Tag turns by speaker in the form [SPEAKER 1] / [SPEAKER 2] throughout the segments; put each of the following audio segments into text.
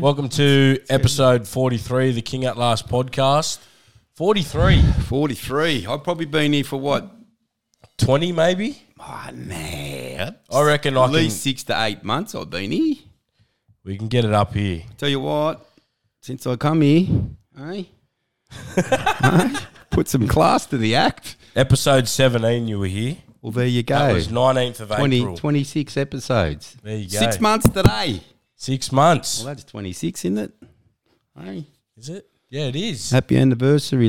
[SPEAKER 1] Welcome to episode 43, the King at Last podcast. 43,
[SPEAKER 2] 43. I've probably been here for what?
[SPEAKER 1] 20 maybe?
[SPEAKER 2] Oh, man.
[SPEAKER 1] I reckon I
[SPEAKER 2] At
[SPEAKER 1] can,
[SPEAKER 2] least six to eight months I've been here.
[SPEAKER 1] we can get it up here.
[SPEAKER 2] Tell you what, since I come here, eh? Eh? Put some class to the act.
[SPEAKER 1] Episode 17, you were here.
[SPEAKER 2] Well, there you
[SPEAKER 1] That
[SPEAKER 2] go.
[SPEAKER 1] was 19th of
[SPEAKER 2] 20,
[SPEAKER 1] April.
[SPEAKER 2] 26 episodes.
[SPEAKER 1] There you go.
[SPEAKER 2] Six months today.
[SPEAKER 1] Six months.
[SPEAKER 2] Well, that's 26, isn't it? Eh?
[SPEAKER 1] Is it? Yeah, it is.
[SPEAKER 2] Happy anniversary,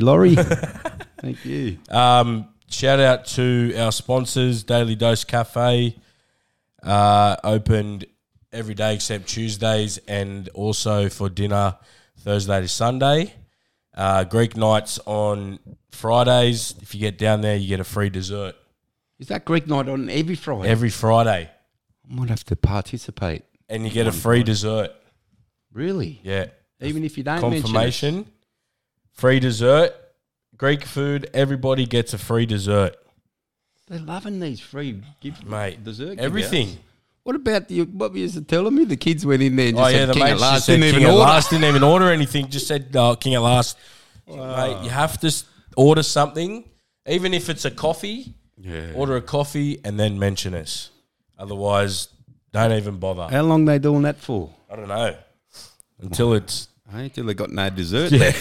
[SPEAKER 2] Laurie. Thank you.
[SPEAKER 1] Um, shout out to our sponsors, Daily Dose Cafe, uh, opened every day except Tuesdays and also for dinner Thursday to Sunday. Uh, Greek nights on Fridays. If you get down there, you get a free dessert
[SPEAKER 2] Is that Greek night on every Friday?
[SPEAKER 1] every Friday,
[SPEAKER 2] I might have to participate.
[SPEAKER 1] and you get a free dessert.
[SPEAKER 2] Really?
[SPEAKER 1] Yeah,
[SPEAKER 2] Even if you don't mention
[SPEAKER 1] confirmation, free dessert, Greek food. Everybody gets a free dessert,
[SPEAKER 2] it. They're loving these free gift
[SPEAKER 1] mate.
[SPEAKER 2] Dessert give
[SPEAKER 1] everything.
[SPEAKER 2] What about the what was it telling me? The kids went in there and
[SPEAKER 1] Oh
[SPEAKER 2] just
[SPEAKER 1] yeah,
[SPEAKER 2] said,
[SPEAKER 1] the
[SPEAKER 2] King
[SPEAKER 1] mate
[SPEAKER 2] at last
[SPEAKER 1] just said
[SPEAKER 2] didn't
[SPEAKER 1] King
[SPEAKER 2] even
[SPEAKER 1] at
[SPEAKER 2] order.
[SPEAKER 1] last didn't even order anything. Just said oh, King at last. Mate, you have to s- order something, even if it's a coffee.
[SPEAKER 2] Yeah.
[SPEAKER 1] Order a coffee and then mention us. Otherwise, don't even bother.
[SPEAKER 2] How long they doing that for?
[SPEAKER 1] I don't know until it's.
[SPEAKER 2] Until they got no dessert. Yeah.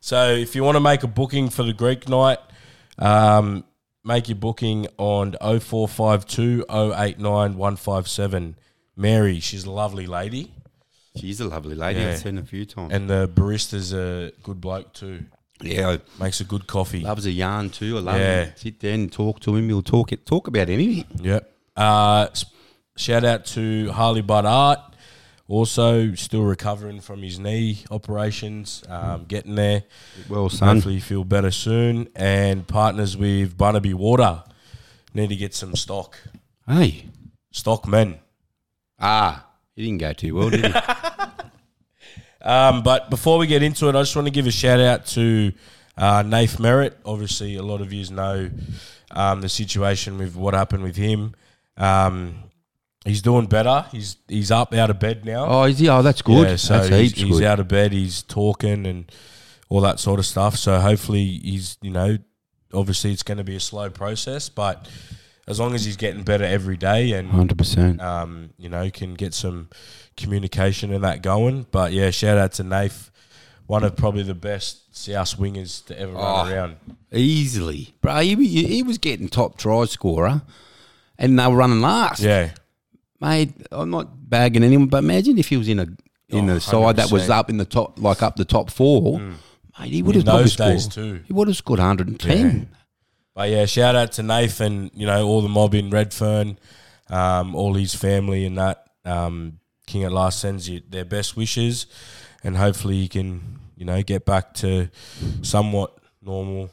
[SPEAKER 1] So if you want to make a booking for the Greek night, um, make your booking on 0452 089 157. Mary, she's a lovely lady,
[SPEAKER 2] She's a lovely lady.
[SPEAKER 1] Yeah.
[SPEAKER 2] I've seen her a few times.
[SPEAKER 1] and the barista's a good bloke too.
[SPEAKER 2] yeah, I
[SPEAKER 1] Makes a good coffee.
[SPEAKER 2] loves a yarn too. I love
[SPEAKER 1] Yeah.
[SPEAKER 2] him. Sit there and talk to him. He'll talk it, talk about anything.
[SPEAKER 1] Yep. Uh, s- shout out to Harley Budd Art. Also, still recovering from his knee operations, um, getting there.
[SPEAKER 2] Well, son.
[SPEAKER 1] Hopefully, you feel better soon. And partners with Barnaby Water. Need to get some stock.
[SPEAKER 2] Hey.
[SPEAKER 1] Stock men.
[SPEAKER 2] Ah, he didn't go too well, did he?
[SPEAKER 1] Um, but before we get into it, I just want to give a shout out to uh, Nath Merritt. Obviously, a lot of yous know um, the situation with what happened with him. Um, he's doing better. He's he's up out of bed now.
[SPEAKER 2] oh, is he? Oh, that's good.
[SPEAKER 1] Yeah, so
[SPEAKER 2] that's
[SPEAKER 1] he's,
[SPEAKER 2] heaps
[SPEAKER 1] he's
[SPEAKER 2] good.
[SPEAKER 1] out of bed, he's talking and all that sort of stuff. So hopefully he's, you know, obviously it's going to be a slow process, but as long as he's getting better every day and,
[SPEAKER 2] Hundred percent.
[SPEAKER 1] um, you know, can get some communication and that going. But yeah, shout out to Nath, one of probably the best South wingers to ever run
[SPEAKER 2] Oh.
[SPEAKER 1] around.
[SPEAKER 2] Easily, bro. He, he he was getting top try scorer, and they were running last.
[SPEAKER 1] Yeah.
[SPEAKER 2] mate, I'm not bagging anyone, but imagine if he was in a in
[SPEAKER 1] Oh,
[SPEAKER 2] a side that was
[SPEAKER 1] 100%.
[SPEAKER 2] up in the top, like up the top four, mate, he would
[SPEAKER 1] In
[SPEAKER 2] have probably
[SPEAKER 1] those days
[SPEAKER 2] scored-
[SPEAKER 1] too.
[SPEAKER 2] He would have scored 110.
[SPEAKER 1] But yeah, shout out to Nathan, you know, all the mob in Redfern, um, all his family and that. Um, King at Last sends you their best wishes and hopefully he can, you know, get back to somewhat normal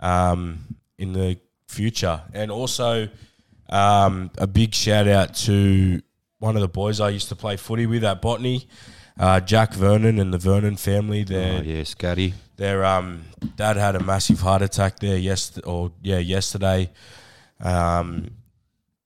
[SPEAKER 1] um, in the future. And also um, a big shout out to one of the boys I used to play footy with at Botany, uh, Jack Vernon and the Vernon family. They're
[SPEAKER 2] Oh yeah, Scotty.
[SPEAKER 1] their um dad had a massive heart attack there yes or yeah yesterday, um,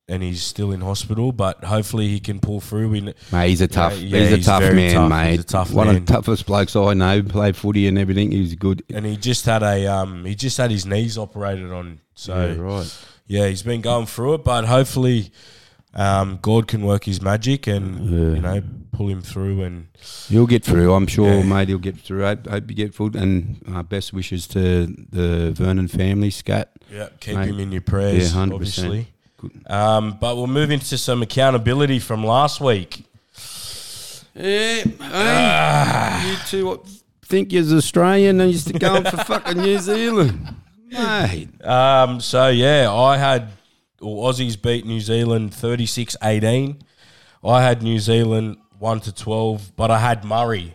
[SPEAKER 1] and he's still in hospital. But hopefully he can pull through. We kn-
[SPEAKER 2] Mate, he's a tough,
[SPEAKER 1] yeah,
[SPEAKER 2] he's a
[SPEAKER 1] he's
[SPEAKER 2] tough
[SPEAKER 1] very
[SPEAKER 2] man,
[SPEAKER 1] tough.
[SPEAKER 2] mate.
[SPEAKER 1] He's a tough
[SPEAKER 2] One
[SPEAKER 1] man.
[SPEAKER 2] of the toughest blokes I know. Played footy and everything. He was good.
[SPEAKER 1] and he just had a um he just had his knees operated on. So
[SPEAKER 2] Yeah, right.
[SPEAKER 1] yeah, he's been going through it. But hopefully, um, God can work His magic and you know pull him through. And
[SPEAKER 2] He'll get through. I'm sure, mate. He'll get through. Hope, hope you get food and uh, best wishes to the Vernon family, Scat.
[SPEAKER 1] yeah, keep
[SPEAKER 2] Mate.
[SPEAKER 1] him in your prayers.
[SPEAKER 2] Yeah, 100%.
[SPEAKER 1] obviously.
[SPEAKER 2] Good.
[SPEAKER 1] Um, but we'll move into some accountability from last week.
[SPEAKER 2] Yeah,
[SPEAKER 1] Ah.
[SPEAKER 2] you two think you're Australian and you're going for fucking New Zealand, mate.
[SPEAKER 1] Um, so yeah, I had well, Aussies beat New Zealand 36-18. I had New Zealand 1 to 12, but I had Murray.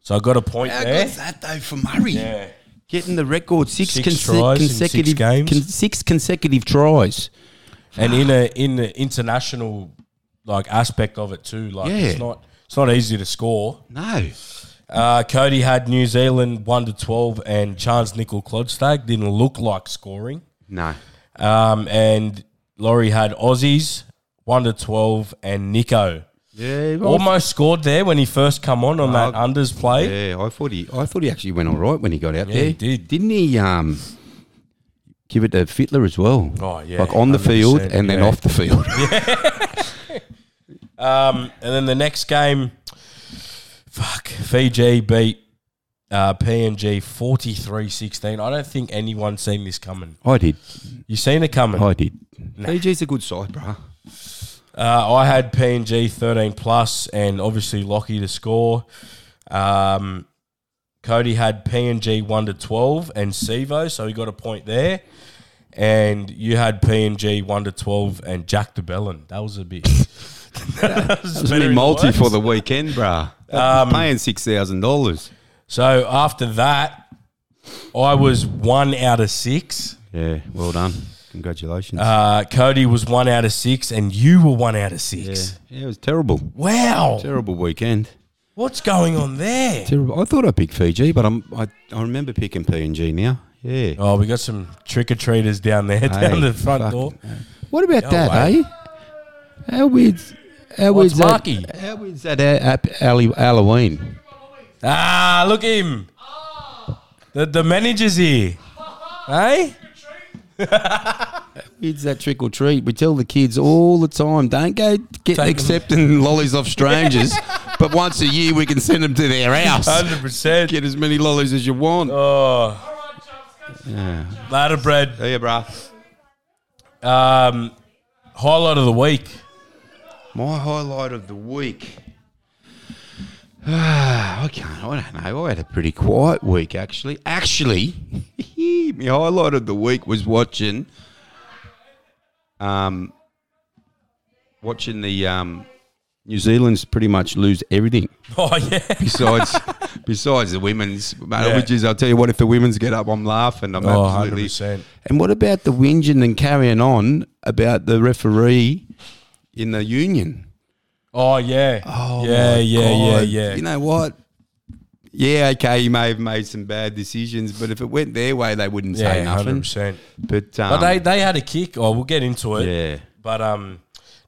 [SPEAKER 1] So I got a point
[SPEAKER 2] How
[SPEAKER 1] there.
[SPEAKER 2] good's that though for Murray?
[SPEAKER 1] Yeah.
[SPEAKER 2] Getting the record six,
[SPEAKER 1] Six
[SPEAKER 2] conse-
[SPEAKER 1] tries in six
[SPEAKER 2] consecutive
[SPEAKER 1] games.
[SPEAKER 2] six consecutive tries.
[SPEAKER 1] And in a in the international like aspect of it too, like
[SPEAKER 2] Yeah.
[SPEAKER 1] it's not it's not easy to score.
[SPEAKER 2] No,
[SPEAKER 1] Uh, Cody had New Zealand 1 to 12 and Chance Nickel Clodstag didn't look like scoring.
[SPEAKER 2] no.
[SPEAKER 1] Um, and Laurie had Aussies 1 to 12 and Nico
[SPEAKER 2] Yeah, well,
[SPEAKER 1] Almost scored there when he first come on on that
[SPEAKER 2] Oh,
[SPEAKER 1] unders play.
[SPEAKER 2] Yeah, I thought he. I thought he actually went all right when he got out
[SPEAKER 1] Yeah,
[SPEAKER 2] there.
[SPEAKER 1] he did.
[SPEAKER 2] didn't he? Um, give it to Fitler as well.
[SPEAKER 1] Oh, yeah,
[SPEAKER 2] like on the field
[SPEAKER 1] 100%,
[SPEAKER 2] and then
[SPEAKER 1] yeah.
[SPEAKER 2] off the field.
[SPEAKER 1] Um, and then the next game, fuck, Fiji beat uh, PNG 43-16. I don't think anyone's seen this coming.
[SPEAKER 2] I did.
[SPEAKER 1] You seen it coming?
[SPEAKER 2] I did. PG's a good side, bruh.
[SPEAKER 1] Uh, I had PNG 13 plus and obviously Lockie to score. Um, Cody had PNG 1 to 12 and Sevo, so he got a point there. And you had PNG 1 to 12 and Jack DeBellin. That was a bit. that was
[SPEAKER 2] It's
[SPEAKER 1] better
[SPEAKER 2] me
[SPEAKER 1] in
[SPEAKER 2] multi
[SPEAKER 1] words.
[SPEAKER 2] for the weekend, bruh. Um, paying six thousand dollars.
[SPEAKER 1] So after that, I was one out of six.
[SPEAKER 2] Yeah, well done. Congratulations.
[SPEAKER 1] Uh, Cody was one out of six, and you were one out of
[SPEAKER 2] yeah.
[SPEAKER 1] six.
[SPEAKER 2] yeah, it was terrible.
[SPEAKER 1] Wow.
[SPEAKER 2] Terrible weekend.
[SPEAKER 1] What's going on there?
[SPEAKER 2] Terrible. I thought I picked Fiji, but I'm I, I remember picking PNG now. Yeah.
[SPEAKER 1] Oh, we got some trick or treaters down there, down
[SPEAKER 2] Hey,
[SPEAKER 1] the front
[SPEAKER 2] fuck.
[SPEAKER 1] door.
[SPEAKER 2] What about
[SPEAKER 1] No
[SPEAKER 2] that,
[SPEAKER 1] way.
[SPEAKER 2] eh? How weird. How
[SPEAKER 1] What's
[SPEAKER 2] weird's that?
[SPEAKER 1] Marky?
[SPEAKER 2] How weird's that? a- ap- Alle- Halloween.
[SPEAKER 1] Ah, look at him. The, the manager's here. hey?
[SPEAKER 2] It's that trick or treat. We tell the kids all the time, don't go get
[SPEAKER 1] them.
[SPEAKER 2] accepting lollies off strangers. but once a year, we can send them to their house.
[SPEAKER 1] 100%.
[SPEAKER 2] Get as many lollies as you want.
[SPEAKER 1] Oh,
[SPEAKER 2] Yeah.
[SPEAKER 1] ladder bread.
[SPEAKER 2] There you, bro.
[SPEAKER 1] Um, highlight of the week.
[SPEAKER 2] My highlight of the week. Ah, I can't. I don't know. I had a pretty quiet week, actually. Actually, my highlight of the week was watching, um, watching the um, New Zealand's pretty much lose everything
[SPEAKER 1] Oh, yeah.
[SPEAKER 2] besides besides the women's. Mate,
[SPEAKER 1] Yeah.
[SPEAKER 2] Which is, I'll tell you what, if the women's get up, I'm laughing. I'm
[SPEAKER 1] Oh,
[SPEAKER 2] absolutely.
[SPEAKER 1] 100%.
[SPEAKER 2] And what about the whinging and carrying on about the referee in the union?
[SPEAKER 1] Oh, yeah.
[SPEAKER 2] Oh
[SPEAKER 1] yeah,
[SPEAKER 2] my
[SPEAKER 1] yeah, yeah,
[SPEAKER 2] God.
[SPEAKER 1] yeah.
[SPEAKER 2] You know what? Yeah, okay, you may have made some bad decisions, but if it went their way, they wouldn't say
[SPEAKER 1] yeah,
[SPEAKER 2] nothing.
[SPEAKER 1] 100%.
[SPEAKER 2] But, um,
[SPEAKER 1] But they, they had a kick. Oh, we'll get into it.
[SPEAKER 2] yeah,
[SPEAKER 1] But um,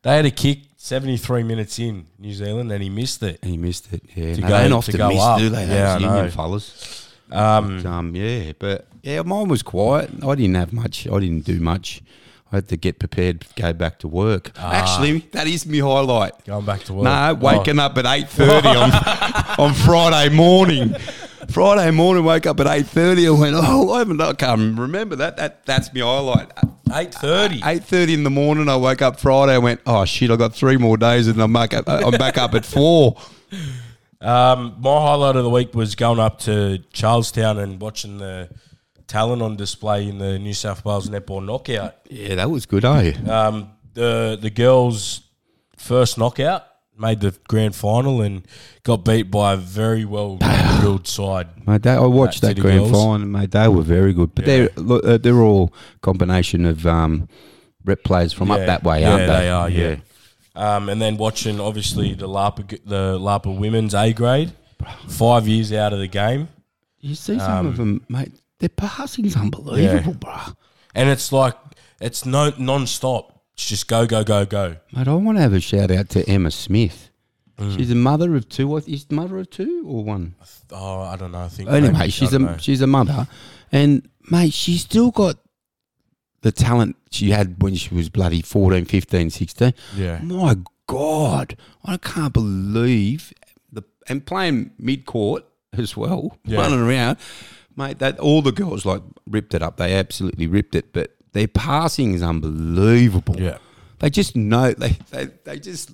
[SPEAKER 1] they had a kick 73 minutes in New Zealand, and he missed it.
[SPEAKER 2] he missed it. Yeah,
[SPEAKER 1] To
[SPEAKER 2] no,
[SPEAKER 1] go-
[SPEAKER 2] they don't
[SPEAKER 1] to
[SPEAKER 2] often
[SPEAKER 1] go
[SPEAKER 2] miss,
[SPEAKER 1] up.
[SPEAKER 2] do they?
[SPEAKER 1] Yeah, I
[SPEAKER 2] Those union
[SPEAKER 1] know.
[SPEAKER 2] fellas.
[SPEAKER 1] Um,
[SPEAKER 2] But, um, yeah, but yeah, mine was quiet. I didn't have much. I didn't do much. I had to get prepared, go back to work.
[SPEAKER 1] Ah.
[SPEAKER 2] Actually, that is my highlight.
[SPEAKER 1] going back to work.
[SPEAKER 2] No, waking up at eight thirty on on Friday morning. Friday morning, woke up at eight thirty. I went, oh, I haven't. I can't remember that. That that's my highlight.
[SPEAKER 1] Oh, eight thirty.
[SPEAKER 2] Eight thirty in the morning, I woke up Friday. I went, oh shit, I got three more days, and I'm back up. uh, I'm back up at four.
[SPEAKER 1] Um, my highlight of the week was going up to Charlestown and watching the talent on display in the New South Wales netball knockout.
[SPEAKER 2] Yeah, that was good, eh?
[SPEAKER 1] Um, the the girls' first knockout made the grand final and got beat by a very well drilled side.
[SPEAKER 2] Mate, they, I watched
[SPEAKER 1] Back
[SPEAKER 2] that
[SPEAKER 1] to the
[SPEAKER 2] grand
[SPEAKER 1] girls.
[SPEAKER 2] final. Mate, they were very good, but they're look, uh, they're all combination of um, rep players from
[SPEAKER 1] Yeah.
[SPEAKER 2] up that way,
[SPEAKER 1] yeah,
[SPEAKER 2] aren't they?
[SPEAKER 1] are. Yeah. Um, and then watching obviously the Lapa g- the Lapa women's A grade, five years out of the game,
[SPEAKER 2] You see some of
[SPEAKER 1] Um,
[SPEAKER 2] them, mate. Their passing's unbelievable, bruh.
[SPEAKER 1] and it's like it's no non stop. It's just go go go go.
[SPEAKER 2] Mate, I want to have a shout out to Emma Smith.
[SPEAKER 1] Mm.
[SPEAKER 2] She's a mother of two. What is mother of two or one?
[SPEAKER 1] Oh, I don't know. I think
[SPEAKER 2] Anyway,
[SPEAKER 1] maybe- I
[SPEAKER 2] she's a
[SPEAKER 1] don't know.
[SPEAKER 2] she's a mother, and mate, she's still got the talent she had when she was bloody 14, 15, 16.
[SPEAKER 1] Yeah.
[SPEAKER 2] My God, I can't believe the and playing mid court as well,
[SPEAKER 1] Yeah.
[SPEAKER 2] running around, mate. That all the girls like ripped it up. They absolutely ripped it, but their passing is unbelievable.
[SPEAKER 1] Yeah.
[SPEAKER 2] They just know they they, they just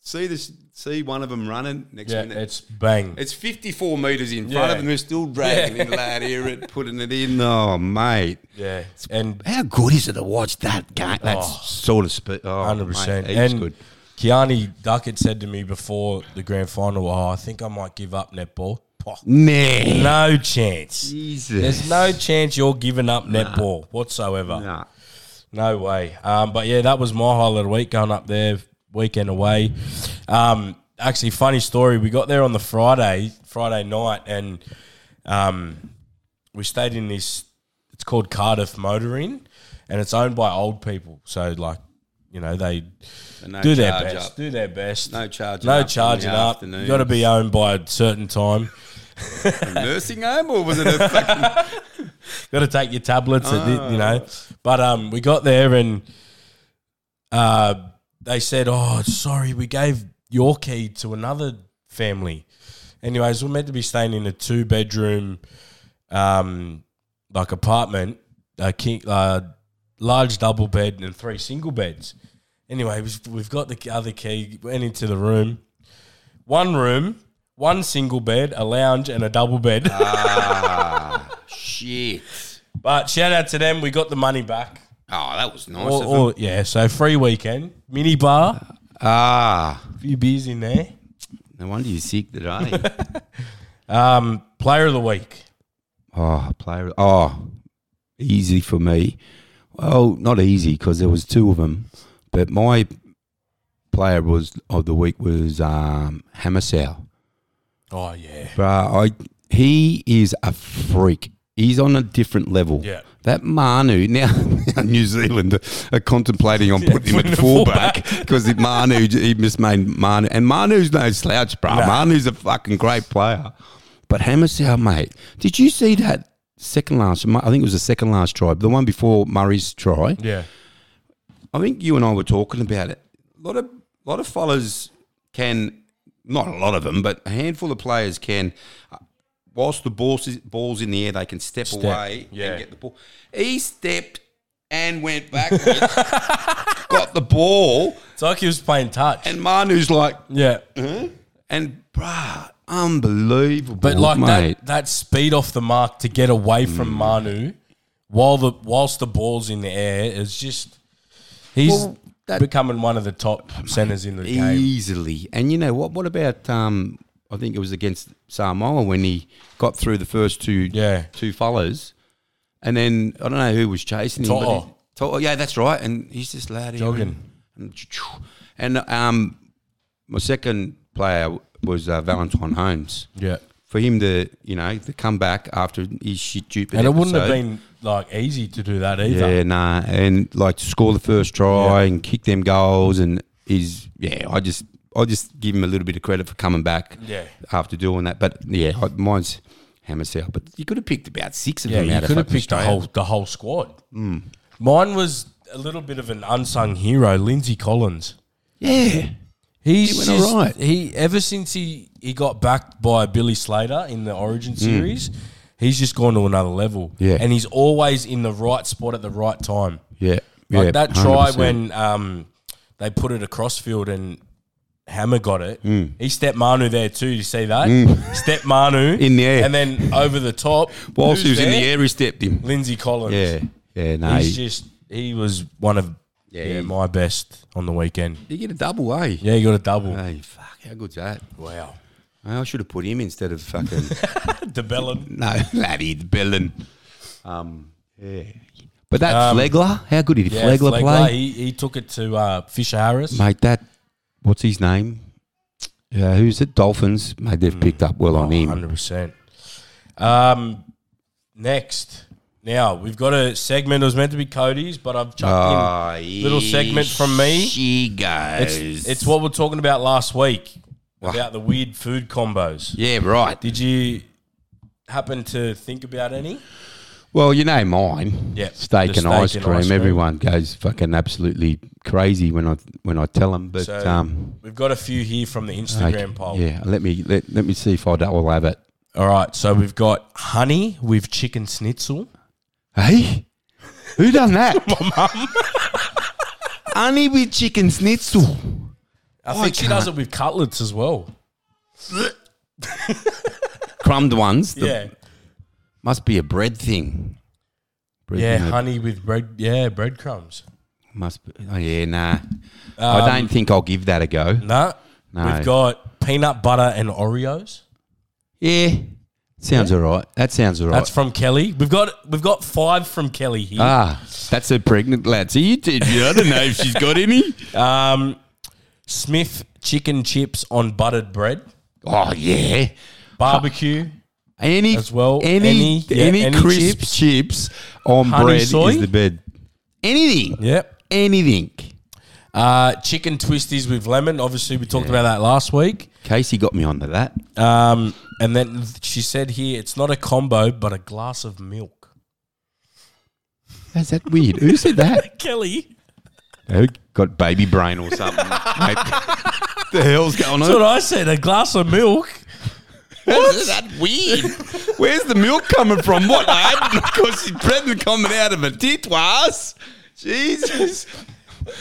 [SPEAKER 2] see this see one of them running next
[SPEAKER 1] Yeah,
[SPEAKER 2] minute.
[SPEAKER 1] it's bang.
[SPEAKER 2] It's 54 metres in
[SPEAKER 1] Yeah.
[SPEAKER 2] front of them. They're still dragging in loud air it, putting it in. Oh, mate.
[SPEAKER 1] yeah, and
[SPEAKER 2] How good is it to watch that game? That
[SPEAKER 1] Oh.
[SPEAKER 2] sort of speed. Oh,
[SPEAKER 1] hundred percent.
[SPEAKER 2] mate, he's
[SPEAKER 1] And
[SPEAKER 2] good.
[SPEAKER 1] Keani Duckett said to me before the grand final, "Oh, I think I might give up netball." Poh,
[SPEAKER 2] Nah.
[SPEAKER 1] No chance.
[SPEAKER 2] Jesus.
[SPEAKER 1] There's no chance you're giving up netball whatsoever.
[SPEAKER 2] Nah.
[SPEAKER 1] No way. Um, but yeah, that was my highlight of the week going up there, weekend away. Um, actually, funny story. We got there on the Friday, Friday night, and um, we stayed in this. It's called Cardiff Motor Inn, and it's owned by old people. So like you know they
[SPEAKER 2] And no
[SPEAKER 1] do their
[SPEAKER 2] charge
[SPEAKER 1] best.
[SPEAKER 2] up.
[SPEAKER 1] Do their best.
[SPEAKER 2] No charging
[SPEAKER 1] No
[SPEAKER 2] up in the
[SPEAKER 1] charging up.
[SPEAKER 2] afternoon.
[SPEAKER 1] You got to be home by a certain time.
[SPEAKER 2] A nursing home or was it a fucking
[SPEAKER 1] got to take your tablets, at the- you know. But um, we got there and uh, they said, "Oh, sorry, we gave your key to another family." Anyways, we're meant to be staying in a two bedroom, um, like apartment, a king, uh, large double bed and three single beds. Anyway, we've, we've got the other key. Went into the room, one room, one single bed, a lounge, and a double bed.
[SPEAKER 2] shit?
[SPEAKER 1] But shout out to them. We got the money back.
[SPEAKER 2] Oh, that was nice.
[SPEAKER 1] All,
[SPEAKER 2] of them.
[SPEAKER 1] all- yeah, so free weekend, mini bar,
[SPEAKER 2] Ah,
[SPEAKER 1] a few beers in there.
[SPEAKER 2] no wonder you're sick today.
[SPEAKER 1] Um, player of the week.
[SPEAKER 2] Oh, player. Oh, easy for me. Well, not easy because there was two of them, but my player was of the week was um, Hammersow.
[SPEAKER 1] Oh yeah,
[SPEAKER 2] But I he is a freak. He's on a different level.
[SPEAKER 1] Yeah.
[SPEAKER 2] That Manu now, now New Zealand are contemplating on putting him
[SPEAKER 1] putting
[SPEAKER 2] at
[SPEAKER 1] a
[SPEAKER 2] fullback because Manu he just made Manu and Manu's no slouch, bro. Manu's a fucking great player. But Hammersau, mate, did you see that second last? I think it was the second last try, the one before Murray's try.
[SPEAKER 1] yeah,
[SPEAKER 2] I think you and I were talking about it. A lot of lot of fellas can, not a lot of them, but a handful of players can. uh, Whilst the ball's, ball's in the air, they can step, away
[SPEAKER 1] yeah.
[SPEAKER 2] and get the ball. He stepped and went backwards, got the ball,
[SPEAKER 1] it's like he was playing touch.
[SPEAKER 2] and Manu's like,
[SPEAKER 1] yeah,
[SPEAKER 2] and bruh, unbelievable.
[SPEAKER 1] but like
[SPEAKER 2] mate. Mm.
[SPEAKER 1] that that speed off the mark to get away from Manu while the whilst the ball's in the air is just he's
[SPEAKER 2] Well, that-
[SPEAKER 1] becoming one of the top centers in the game.
[SPEAKER 2] easily. And you know what? What about um? I think it was against Samoa when he got through the first two
[SPEAKER 1] Yeah.
[SPEAKER 2] two fellas, and then I don't know who was chasing him. but
[SPEAKER 1] To'o.
[SPEAKER 2] he- To'o, yeah, that's right. And he's just loud
[SPEAKER 1] Jogging.
[SPEAKER 2] and, and um, my second player was uh, Valentine Holmes.
[SPEAKER 1] Yeah,
[SPEAKER 2] For him to you know to come back after his shit stupid,
[SPEAKER 1] and it wouldn't have been
[SPEAKER 2] episode.
[SPEAKER 1] like easy to do that either.
[SPEAKER 2] Yeah, nah, and like to score the first try and kick them goals, and is yeah, I just I just give him a little bit of credit for coming back.
[SPEAKER 1] Yeah.
[SPEAKER 2] after doing that, but yeah, I, mine's Hammers out, but you could have picked about six of
[SPEAKER 1] Yeah,
[SPEAKER 2] them.
[SPEAKER 1] you
[SPEAKER 2] out of Mm.
[SPEAKER 1] could have
[SPEAKER 2] fucking
[SPEAKER 1] picked the
[SPEAKER 2] Australia.
[SPEAKER 1] whole the whole squad. Mine was a little bit of an unsung hero, Lindsay Collins.
[SPEAKER 2] Yeah,
[SPEAKER 1] He's
[SPEAKER 2] He went
[SPEAKER 1] just-
[SPEAKER 2] alright.
[SPEAKER 1] He ever since he he got backed by Billy Slater in the Origin series, he's just gone to another level.
[SPEAKER 2] Hmm. Yeah.
[SPEAKER 1] and he's always in the right spot at the right time.
[SPEAKER 2] yeah,
[SPEAKER 1] Like
[SPEAKER 2] yeah,
[SPEAKER 1] that try
[SPEAKER 2] 100%.
[SPEAKER 1] when um they put it across field and. Hammer got it.
[SPEAKER 2] Hmm.
[SPEAKER 1] He stepped Manu there too. You see that? Step Manu
[SPEAKER 2] In the air.
[SPEAKER 1] and then over the top. Who's
[SPEAKER 2] whilst he was in the
[SPEAKER 1] there?
[SPEAKER 2] air, he stepped him.
[SPEAKER 1] Lindsay Collins.
[SPEAKER 2] Yeah, yeah, no,
[SPEAKER 1] He's
[SPEAKER 2] you
[SPEAKER 1] just he was one of yeah,
[SPEAKER 2] he-
[SPEAKER 1] my best on the weekend.
[SPEAKER 2] get a double, eh?
[SPEAKER 1] Yeah, he got a double.
[SPEAKER 2] Hey, fuck, how good's that?
[SPEAKER 1] Wow.
[SPEAKER 2] Oh, I should have put him instead of fucking.
[SPEAKER 1] DeBellin.
[SPEAKER 2] No, laddie, the villain. Um, yeah. But that Flegler, how good did
[SPEAKER 1] Yeah,
[SPEAKER 2] Flegler,
[SPEAKER 1] Flegler,
[SPEAKER 2] play?
[SPEAKER 1] Um, He, he took it to uh, Fisher Harris.
[SPEAKER 2] Mate, that, what's his name? Yeah, who's it? Dolphins. Mate, they've
[SPEAKER 1] Mm.
[SPEAKER 2] picked up well on him.
[SPEAKER 1] Hundred percent. Um, next. Now we've got a segment that was meant to be Cody's, but I've chucked
[SPEAKER 2] Ah,
[SPEAKER 1] in. Oh, Little segment from me.
[SPEAKER 2] She goes.
[SPEAKER 1] It's, it's what we we're talking about last week
[SPEAKER 2] Ah.
[SPEAKER 1] about the weird food combos.
[SPEAKER 2] yeah, right.
[SPEAKER 1] Did you happen to think about any?
[SPEAKER 2] Well, you know mine.
[SPEAKER 1] Yeah,
[SPEAKER 2] steak,
[SPEAKER 1] the
[SPEAKER 2] and, ice
[SPEAKER 1] steak and
[SPEAKER 2] cream.
[SPEAKER 1] ice cream.
[SPEAKER 2] Everyone goes fucking absolutely crazy when I when I tell them. But
[SPEAKER 1] So
[SPEAKER 2] um,
[SPEAKER 1] we've got a few here from the
[SPEAKER 2] okay,
[SPEAKER 1] Instagram poll.
[SPEAKER 2] yeah, let me let, let me see if I will have it.
[SPEAKER 1] All right, so we've got honey with chicken schnitzel.
[SPEAKER 2] Hey, who done that? My mum. Honey with chicken schnitzel.
[SPEAKER 1] I
[SPEAKER 2] I
[SPEAKER 1] think she does it with cutlets as well.
[SPEAKER 2] Crumbed ones. The-
[SPEAKER 1] yeah,
[SPEAKER 2] Must be a bread thing. Bread
[SPEAKER 1] yeah,
[SPEAKER 2] thing that-
[SPEAKER 1] honey with bread. Yeah, breadcrumbs.
[SPEAKER 2] Must be. Oh, yeah, nah.
[SPEAKER 1] Um,
[SPEAKER 2] I don't think I'll give that a go.
[SPEAKER 1] No,
[SPEAKER 2] No.
[SPEAKER 1] we've got peanut butter and Oreos.
[SPEAKER 2] Yeah. Sounds all right. That sounds all right.
[SPEAKER 1] That's from Kelly. We've got we've got five from Kelly here.
[SPEAKER 2] ah, that's a pregnant lad. So you did. I don't know if she's got any.
[SPEAKER 1] Um, Smith chicken chips on buttered bread,
[SPEAKER 2] Oh, yeah.
[SPEAKER 1] barbecue.
[SPEAKER 2] Any
[SPEAKER 1] As well,
[SPEAKER 2] Any
[SPEAKER 1] any-
[SPEAKER 2] any,
[SPEAKER 1] yeah, any
[SPEAKER 2] crisp chips,
[SPEAKER 1] chips.
[SPEAKER 2] on
[SPEAKER 1] Honey
[SPEAKER 2] bread
[SPEAKER 1] soy?
[SPEAKER 2] is the bed. Anything.
[SPEAKER 1] Yep.
[SPEAKER 2] Anything.
[SPEAKER 1] Uh, chicken twisties with lemon. Obviously, we talked about that last week.
[SPEAKER 2] Casey got me onto that.
[SPEAKER 1] Um, and then she said here, it's not a combo, but a glass of milk.
[SPEAKER 2] How's that weird? Who said that?
[SPEAKER 1] Kelly.
[SPEAKER 2] Who got baby brain or something? mate? the hell's going
[SPEAKER 1] That's
[SPEAKER 2] on?
[SPEAKER 1] what I said, a glass of milk.
[SPEAKER 2] How's that weird? Where's the milk coming from? What? Because she's pregnant coming out of a tit was. Jesus.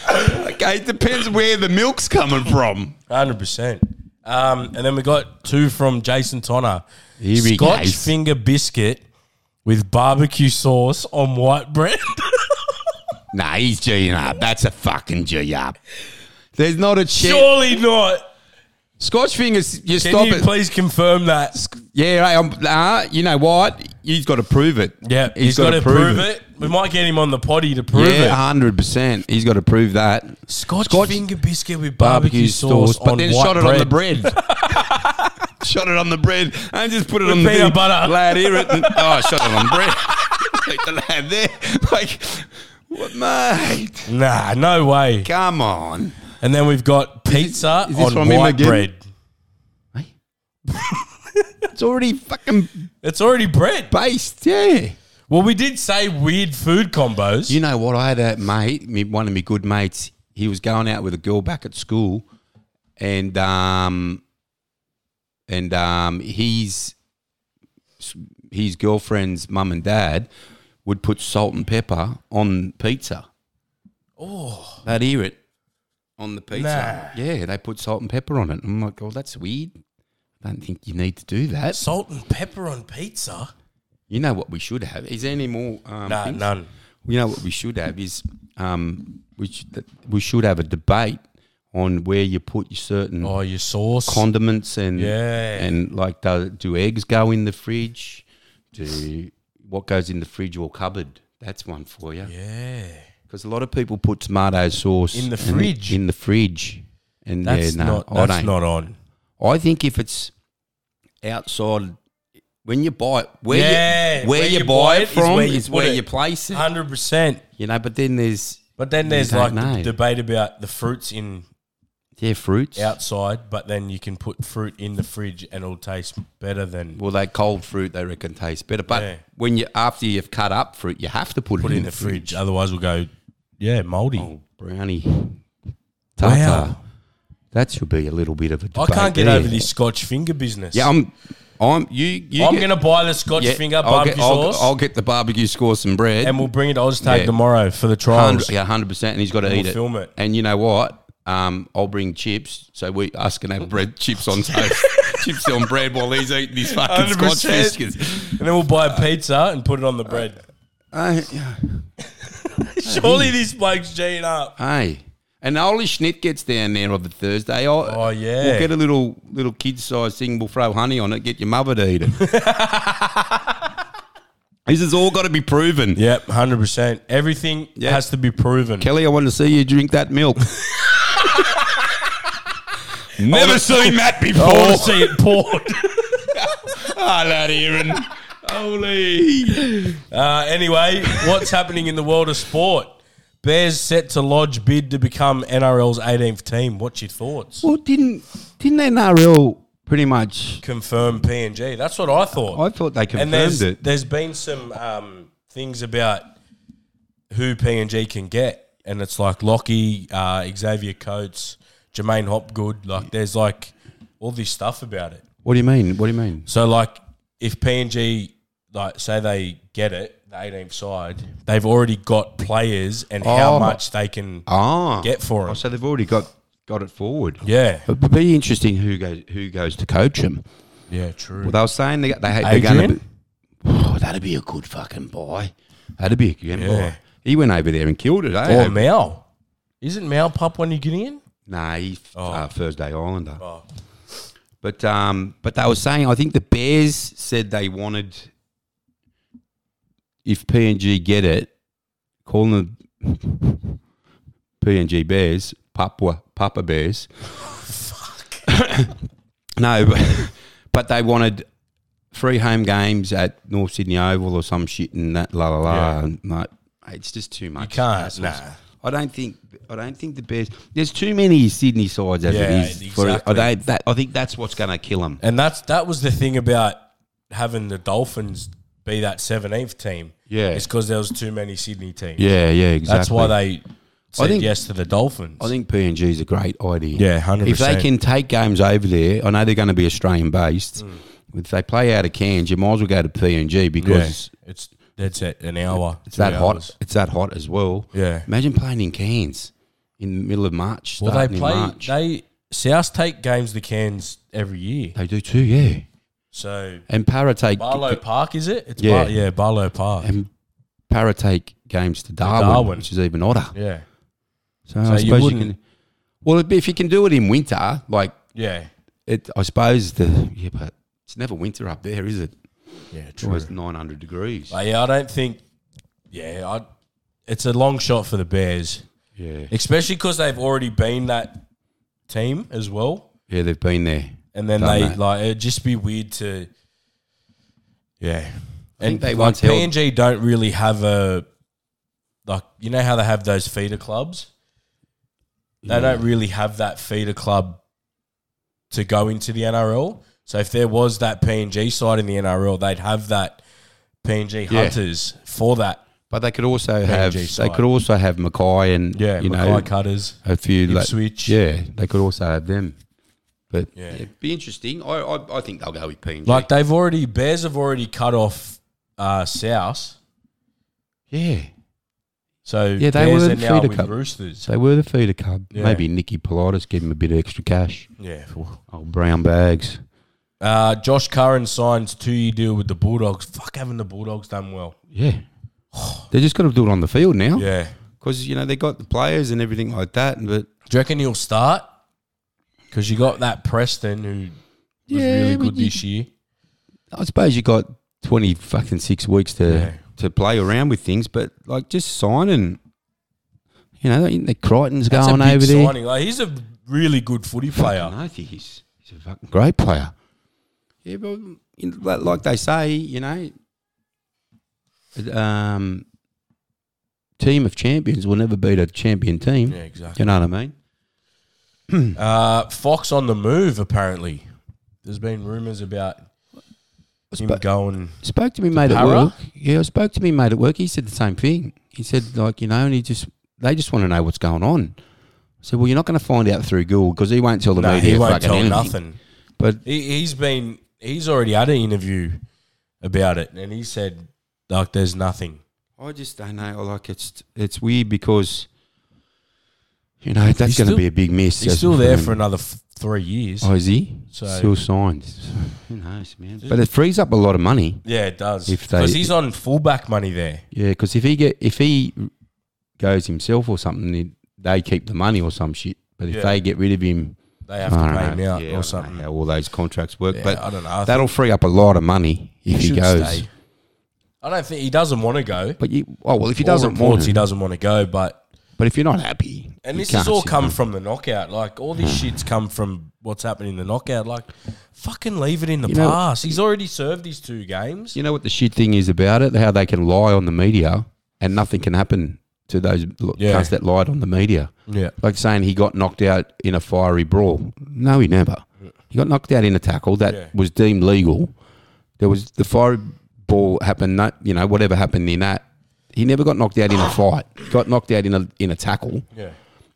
[SPEAKER 2] Okay, it depends where the milk's coming from.
[SPEAKER 1] 100%. Um, and then we got two from Jason Tonner.
[SPEAKER 2] Here he
[SPEAKER 1] Scotch
[SPEAKER 2] goes.
[SPEAKER 1] finger biscuit with barbecue sauce on white bread.
[SPEAKER 2] Nah, he's G up. That's a fucking G up. There's not a chance.
[SPEAKER 1] Surely not.
[SPEAKER 2] Scotch fingers, you
[SPEAKER 1] Can
[SPEAKER 2] stop
[SPEAKER 1] you
[SPEAKER 2] it.
[SPEAKER 1] please confirm that?
[SPEAKER 2] Yeah, right, I'm, nah, you know what? He's got to prove it.
[SPEAKER 1] Yeah, he's got to prove, it. We might get him on the potty to prove
[SPEAKER 2] Yeah,
[SPEAKER 1] it.
[SPEAKER 2] hundred percent. He's got to prove that
[SPEAKER 1] Scotch,
[SPEAKER 2] Scotch
[SPEAKER 1] finger biscuit with barbecue, sauce,
[SPEAKER 2] but
[SPEAKER 1] on
[SPEAKER 2] then
[SPEAKER 1] white
[SPEAKER 2] shot it
[SPEAKER 1] bread.
[SPEAKER 2] on the bread. shot it on the bread and just put it on the
[SPEAKER 1] peanut
[SPEAKER 2] thing.
[SPEAKER 1] butter.
[SPEAKER 2] Lad, here it. Oh, I shot it on bread. like the lad there, like what, mate?
[SPEAKER 1] Nah, no way.
[SPEAKER 2] Come on.
[SPEAKER 1] And then we've got pizza
[SPEAKER 2] is this
[SPEAKER 1] on
[SPEAKER 2] from him
[SPEAKER 1] white
[SPEAKER 2] again?
[SPEAKER 1] bread.
[SPEAKER 2] Hey. it's already fucking
[SPEAKER 1] It's already bread.
[SPEAKER 2] based, yeah.
[SPEAKER 1] Well, we did say weird food combos.
[SPEAKER 2] You know what? I had a mate, me- one of my good mates. He was going out with a girl back at school, and um, and um, his his girlfriend's mum and dad would put salt and pepper on pizza. Oh, they'd hear it on the pizza. Yeah, they put salt and pepper on it. I'm like, oh, that's weird. I don't think you need to do that.
[SPEAKER 1] Salt and pepper on pizza?
[SPEAKER 2] You know what we should have? Is there any more? Um,
[SPEAKER 1] Nah,
[SPEAKER 2] things?
[SPEAKER 1] none.
[SPEAKER 2] you know what we should have is um, we should, we should have a debate on where you put your certain
[SPEAKER 1] Oh, your sauce.
[SPEAKER 2] condiments and
[SPEAKER 1] Yeah.
[SPEAKER 2] and like do, do eggs go in the fridge? Do what goes in the fridge or cupboard? That's one for you
[SPEAKER 1] yeah.
[SPEAKER 2] because a lot of people put tomato sauce
[SPEAKER 1] In the
[SPEAKER 2] and-
[SPEAKER 1] fridge?
[SPEAKER 2] in the fridge, and
[SPEAKER 1] That's
[SPEAKER 2] yeah, no,
[SPEAKER 1] not
[SPEAKER 2] I
[SPEAKER 1] that's
[SPEAKER 2] don't.
[SPEAKER 1] not on.
[SPEAKER 2] I think if it's outside. When you buy it, where,
[SPEAKER 1] Yeah,
[SPEAKER 2] you, where, you, buy it
[SPEAKER 1] is
[SPEAKER 2] from
[SPEAKER 1] where
[SPEAKER 2] is
[SPEAKER 1] you put
[SPEAKER 2] where, where
[SPEAKER 1] it. Uh,
[SPEAKER 2] you place it.
[SPEAKER 1] 100%.
[SPEAKER 2] You know, but then there's
[SPEAKER 1] But then there's like
[SPEAKER 2] don't
[SPEAKER 1] the
[SPEAKER 2] know.
[SPEAKER 1] debate about the fruits in
[SPEAKER 2] yeah fruits.
[SPEAKER 1] outside, but then you can put fruit in the fridge and it'll taste better than
[SPEAKER 2] Well, they cold fruit they reckon tastes better, but
[SPEAKER 1] Yeah.
[SPEAKER 2] when you after you've cut up fruit, you have to put,
[SPEAKER 1] put
[SPEAKER 2] it
[SPEAKER 1] it in the fridge. Otherwise, we'll go, yeah, moldy.
[SPEAKER 2] Oh, Brownie, tata.
[SPEAKER 1] Wow.
[SPEAKER 2] That should be a little bit of a.
[SPEAKER 1] I
[SPEAKER 2] Debate
[SPEAKER 1] can't get
[SPEAKER 2] there.
[SPEAKER 1] over this Scotch finger business.
[SPEAKER 2] Yeah, I'm. I'm you. you
[SPEAKER 1] I'm
[SPEAKER 2] get-
[SPEAKER 1] going to buy the Scotch
[SPEAKER 2] yeah,
[SPEAKER 1] finger
[SPEAKER 2] I'll
[SPEAKER 1] barbecue
[SPEAKER 2] get, I'll,
[SPEAKER 1] sauce
[SPEAKER 2] I'll get the barbecue sauce and bread.
[SPEAKER 1] and we'll bring it to Oztag
[SPEAKER 2] Yeah.
[SPEAKER 1] tomorrow for the
[SPEAKER 2] hundred,
[SPEAKER 1] trials.
[SPEAKER 2] yeah, hundred percent, and he's got to eat
[SPEAKER 1] we'll
[SPEAKER 2] it.
[SPEAKER 1] film it.
[SPEAKER 2] And you know what? Um, I'll bring chips, so we us can have bread chips on toast, chips on bread while he's eating his fucking Scotch
[SPEAKER 1] 100%.
[SPEAKER 2] biscuits.
[SPEAKER 1] And then we'll buy a pizza and put it on the bread.
[SPEAKER 2] Uh, yeah.
[SPEAKER 1] Surely this bloke's G'ing up.
[SPEAKER 2] Hey, and Ollie Schnitt gets down there on the Thursday. I'll,
[SPEAKER 1] Oh, yeah.
[SPEAKER 2] we'll get a little little kid sized thing. We'll throw honey on it. Get your mother to eat it. this has all got to be proven.
[SPEAKER 1] Yep, 100%. Everything
[SPEAKER 2] Yeah.
[SPEAKER 1] has to be proven.
[SPEAKER 2] Kelly, I want to see you drink that milk. Never seen that before.
[SPEAKER 1] I want to see it poured.
[SPEAKER 2] Ah, that Aaron. Holy.
[SPEAKER 1] Uh, anyway, what's happening in the world of sport? Bears set to lodge bid to become NRL's 18th team. What's your thoughts?
[SPEAKER 2] Well, didn't didn't NRL pretty much?
[SPEAKER 1] Confirm PNG. That's what I thought.
[SPEAKER 2] I thought they
[SPEAKER 1] and
[SPEAKER 2] confirmed
[SPEAKER 1] there's
[SPEAKER 2] it.
[SPEAKER 1] there's been some um, things about who PNG can get, and it's like Lockie, uh, Xavier Coates, Jermaine Hopgood. Like there's like all this stuff about it.
[SPEAKER 2] What do you mean? What do you mean?
[SPEAKER 1] So like if PNG like say they get it, the 18th side, they've already got players and how
[SPEAKER 2] Oh.
[SPEAKER 1] much they can
[SPEAKER 2] Ah,
[SPEAKER 1] get for
[SPEAKER 2] Oh,
[SPEAKER 1] them.
[SPEAKER 2] so they've already got got it forward.
[SPEAKER 1] Yeah,
[SPEAKER 2] It would be interesting who goes who goes to coach him.
[SPEAKER 1] yeah, true.
[SPEAKER 2] Well, they were saying they they they're going to.
[SPEAKER 1] Adrian?
[SPEAKER 2] Be, oh, that'd be a good fucking buy. That'd be a good
[SPEAKER 1] Yeah.
[SPEAKER 2] buy. He went over there and killed it. Eh?
[SPEAKER 1] or Mao, isn't Mao Papua New Guinean?
[SPEAKER 2] Nah, he's uh, Thursday Islander. But um, but they were saying I think the Bears said they wanted if PNG get it, call them PNG Bears, Papua Papa Bears. no, but, but they wanted three home games at North Sydney Oval or some shit and that la la la.
[SPEAKER 1] Yeah.
[SPEAKER 2] And like, it's just too much.
[SPEAKER 1] can't,
[SPEAKER 2] hassles.
[SPEAKER 1] nah.
[SPEAKER 2] I don't think I don't think the Bears. There's too many Sydney sides as it
[SPEAKER 1] Yeah,
[SPEAKER 2] is. For, I,
[SPEAKER 1] exactly.
[SPEAKER 2] don't, that, I think that's what's going to kill them.
[SPEAKER 1] And that's that was the thing about having the Dolphins be that seventeenth team.
[SPEAKER 2] Yeah.
[SPEAKER 1] it's because there was too many Sydney teams.
[SPEAKER 2] Yeah, yeah, exactly.
[SPEAKER 1] that's why they said
[SPEAKER 2] think-
[SPEAKER 1] yes to the Dolphins.
[SPEAKER 2] I think PNG is a great idea.
[SPEAKER 1] Yeah, 100%.
[SPEAKER 2] If they can take games over there, I know they're going to be Australian based.
[SPEAKER 1] Hmm.
[SPEAKER 2] If they play out of Cairns, you might as well go to PNG
[SPEAKER 1] yeah,
[SPEAKER 2] because
[SPEAKER 1] it's that's it, an hour.
[SPEAKER 2] it's that
[SPEAKER 1] two
[SPEAKER 2] hot.
[SPEAKER 1] hours.
[SPEAKER 2] It's that hot as well.
[SPEAKER 1] Yeah.
[SPEAKER 2] Imagine playing in Cairns in the middle of March.
[SPEAKER 1] Well, they
[SPEAKER 2] starting in
[SPEAKER 1] play
[SPEAKER 2] March.
[SPEAKER 1] they South take games to Cairns every year.
[SPEAKER 2] They do too, yeah.
[SPEAKER 1] So
[SPEAKER 2] And Para take
[SPEAKER 1] Barlow Park is it? It's
[SPEAKER 2] Yeah.
[SPEAKER 1] Bar- yeah, Barlow Park.
[SPEAKER 2] and Para take games to Darwin,
[SPEAKER 1] Darwin.
[SPEAKER 2] which is even hotter.
[SPEAKER 1] yeah,
[SPEAKER 2] So,
[SPEAKER 1] So
[SPEAKER 2] I
[SPEAKER 1] you
[SPEAKER 2] suppose you, can.
[SPEAKER 1] wouldn't-
[SPEAKER 2] Well, it'd be- if you can do it in winter, like
[SPEAKER 1] yeah,
[SPEAKER 2] it, I suppose the yeah, but it's never winter up there, is it?
[SPEAKER 1] yeah.
[SPEAKER 2] It's always nine hundred degrees.
[SPEAKER 1] But yeah, I don't think. Yeah, I. It's a long shot for the Bears,
[SPEAKER 2] Yeah,
[SPEAKER 1] especially because they've already been that team as well,
[SPEAKER 2] yeah, they've been there.
[SPEAKER 1] and then
[SPEAKER 2] Don't
[SPEAKER 1] they
[SPEAKER 2] know.
[SPEAKER 1] like it'd just be weird to. Yeah, and
[SPEAKER 2] they
[SPEAKER 1] they like
[SPEAKER 2] once held-
[SPEAKER 1] PNG don't really have a like you know how they have those feeder clubs. They don't really have that feeder club to go into the NRL. So if there was that PNG side in the NRL, they'd have that PNG
[SPEAKER 2] Yeah.
[SPEAKER 1] hunters for that
[SPEAKER 2] But they could also have they
[SPEAKER 1] side.
[SPEAKER 2] could also have Mackay and
[SPEAKER 1] Yeah,
[SPEAKER 2] you
[SPEAKER 1] Mackay
[SPEAKER 2] know
[SPEAKER 1] cutters.
[SPEAKER 2] a few like,
[SPEAKER 1] Ipswich.
[SPEAKER 2] Yeah, they could also have them. But
[SPEAKER 1] Yeah.
[SPEAKER 2] it'd be interesting. I, I I think they'll go with PNG.
[SPEAKER 1] Like they've already Bears have already cut off uh, South,
[SPEAKER 2] yeah,
[SPEAKER 1] so
[SPEAKER 2] Yeah, they
[SPEAKER 1] Bears
[SPEAKER 2] were
[SPEAKER 1] are
[SPEAKER 2] the
[SPEAKER 1] now
[SPEAKER 2] feeder
[SPEAKER 1] with
[SPEAKER 2] cup.
[SPEAKER 1] Roosters.
[SPEAKER 2] they were the feeder cub.
[SPEAKER 1] Yeah.
[SPEAKER 2] Maybe Nicky Politis give him a bit of extra cash.
[SPEAKER 1] Yeah.
[SPEAKER 2] Oh, brown bags.
[SPEAKER 1] Uh, Josh Curran signs two year deal with the Bulldogs. Fuck, haven't the Bulldogs done well?
[SPEAKER 2] Yeah. They just got to do it on the field now.
[SPEAKER 1] Yeah.
[SPEAKER 2] Because, you know, they got the players and everything like that. But
[SPEAKER 1] Do you reckon he'll start? Because you got that Preston who was
[SPEAKER 2] Yeah,
[SPEAKER 1] really
[SPEAKER 2] but
[SPEAKER 1] good
[SPEAKER 2] you-
[SPEAKER 1] this year.
[SPEAKER 2] I suppose you got 20 fucking six weeks to,
[SPEAKER 1] Yeah.
[SPEAKER 2] to play around with things. But, like, just signing. You know, the Crichton's
[SPEAKER 1] That's
[SPEAKER 2] going
[SPEAKER 1] a big
[SPEAKER 2] over there.
[SPEAKER 1] signing. Like, he's a really good footy player.
[SPEAKER 2] No, he's, he's a fucking great player. Yeah, but you know, like- like they say, you know, um, team of champions will never beat a champion team.
[SPEAKER 1] Yeah, exactly.
[SPEAKER 2] You know what I mean?
[SPEAKER 1] Uh, Fox on the move. Apparently, there's been rumors about him
[SPEAKER 2] But-
[SPEAKER 1] going.
[SPEAKER 2] spoke to me mate at
[SPEAKER 1] Para?
[SPEAKER 2] work. Yeah, I spoke to me mate at work. He said the same thing. He said like you know, and he just they just want to know what's going on. I said, well, you're not going to find out through Google because he won't tell the
[SPEAKER 1] No,
[SPEAKER 2] media.
[SPEAKER 1] he won't
[SPEAKER 2] fucking
[SPEAKER 1] tell
[SPEAKER 2] anything.
[SPEAKER 1] nothing.
[SPEAKER 2] But
[SPEAKER 1] He, he's been. He's already had an interview about it, and he said, "Like, there's nothing."
[SPEAKER 2] I just don't know. Like it's it's weird because you know
[SPEAKER 1] He's
[SPEAKER 2] that's going to
[SPEAKER 1] still-
[SPEAKER 2] be a big miss.
[SPEAKER 1] He's
[SPEAKER 2] as
[SPEAKER 1] still
[SPEAKER 2] we
[SPEAKER 1] there
[SPEAKER 2] found.
[SPEAKER 1] for another f- three years.
[SPEAKER 2] Oh, is he?
[SPEAKER 1] So-
[SPEAKER 2] still signed. Who knows, man? But it frees up a lot of money.
[SPEAKER 1] Yeah, it does.
[SPEAKER 2] If they-
[SPEAKER 1] Because he's on fullback money there.
[SPEAKER 2] Yeah, because if he get if he goes himself or something, then they keep the money or some shit. But if
[SPEAKER 1] Yeah.
[SPEAKER 2] they get rid of him,
[SPEAKER 1] They have
[SPEAKER 2] I
[SPEAKER 1] to
[SPEAKER 2] don't
[SPEAKER 1] pay him
[SPEAKER 2] know.
[SPEAKER 1] out
[SPEAKER 2] Yeah, I
[SPEAKER 1] or
[SPEAKER 2] don't
[SPEAKER 1] something.
[SPEAKER 2] know how all those contracts work,
[SPEAKER 1] Yeah,
[SPEAKER 2] but
[SPEAKER 1] I don't know. I
[SPEAKER 2] that'll free up a lot of money if
[SPEAKER 1] think
[SPEAKER 2] he,
[SPEAKER 1] should
[SPEAKER 2] goes.
[SPEAKER 1] stay. I don't think he doesn't want to go.
[SPEAKER 2] But you, oh well, if he
[SPEAKER 1] All
[SPEAKER 2] doesn't
[SPEAKER 1] reports
[SPEAKER 2] want
[SPEAKER 1] he
[SPEAKER 2] to,
[SPEAKER 1] doesn't want to go, but
[SPEAKER 2] but if you're not happy,
[SPEAKER 1] And
[SPEAKER 2] you
[SPEAKER 1] this has
[SPEAKER 2] can't
[SPEAKER 1] all
[SPEAKER 2] sit Hmm.
[SPEAKER 1] come
[SPEAKER 2] down.
[SPEAKER 1] from the knockout. Like all this shit's come from what's happening in the knockout. Like fucking leave it in the
[SPEAKER 2] You know-
[SPEAKER 1] past. He's already served his two games.
[SPEAKER 2] You know what the shit thing is about it? How they can lie on the media and nothing can happen to those l-
[SPEAKER 1] Yeah.
[SPEAKER 2] cunts that lied on the media.
[SPEAKER 1] Yeah.
[SPEAKER 2] Like saying he got knocked out in a fiery brawl. No, he never. He got knocked out in a tackle that
[SPEAKER 1] Yeah.
[SPEAKER 2] was deemed legal. There was the fiery ball happened. no- You know, whatever happened in that, he never got knocked out in a fight. He got knocked out in a in a tackle.
[SPEAKER 1] Yeah.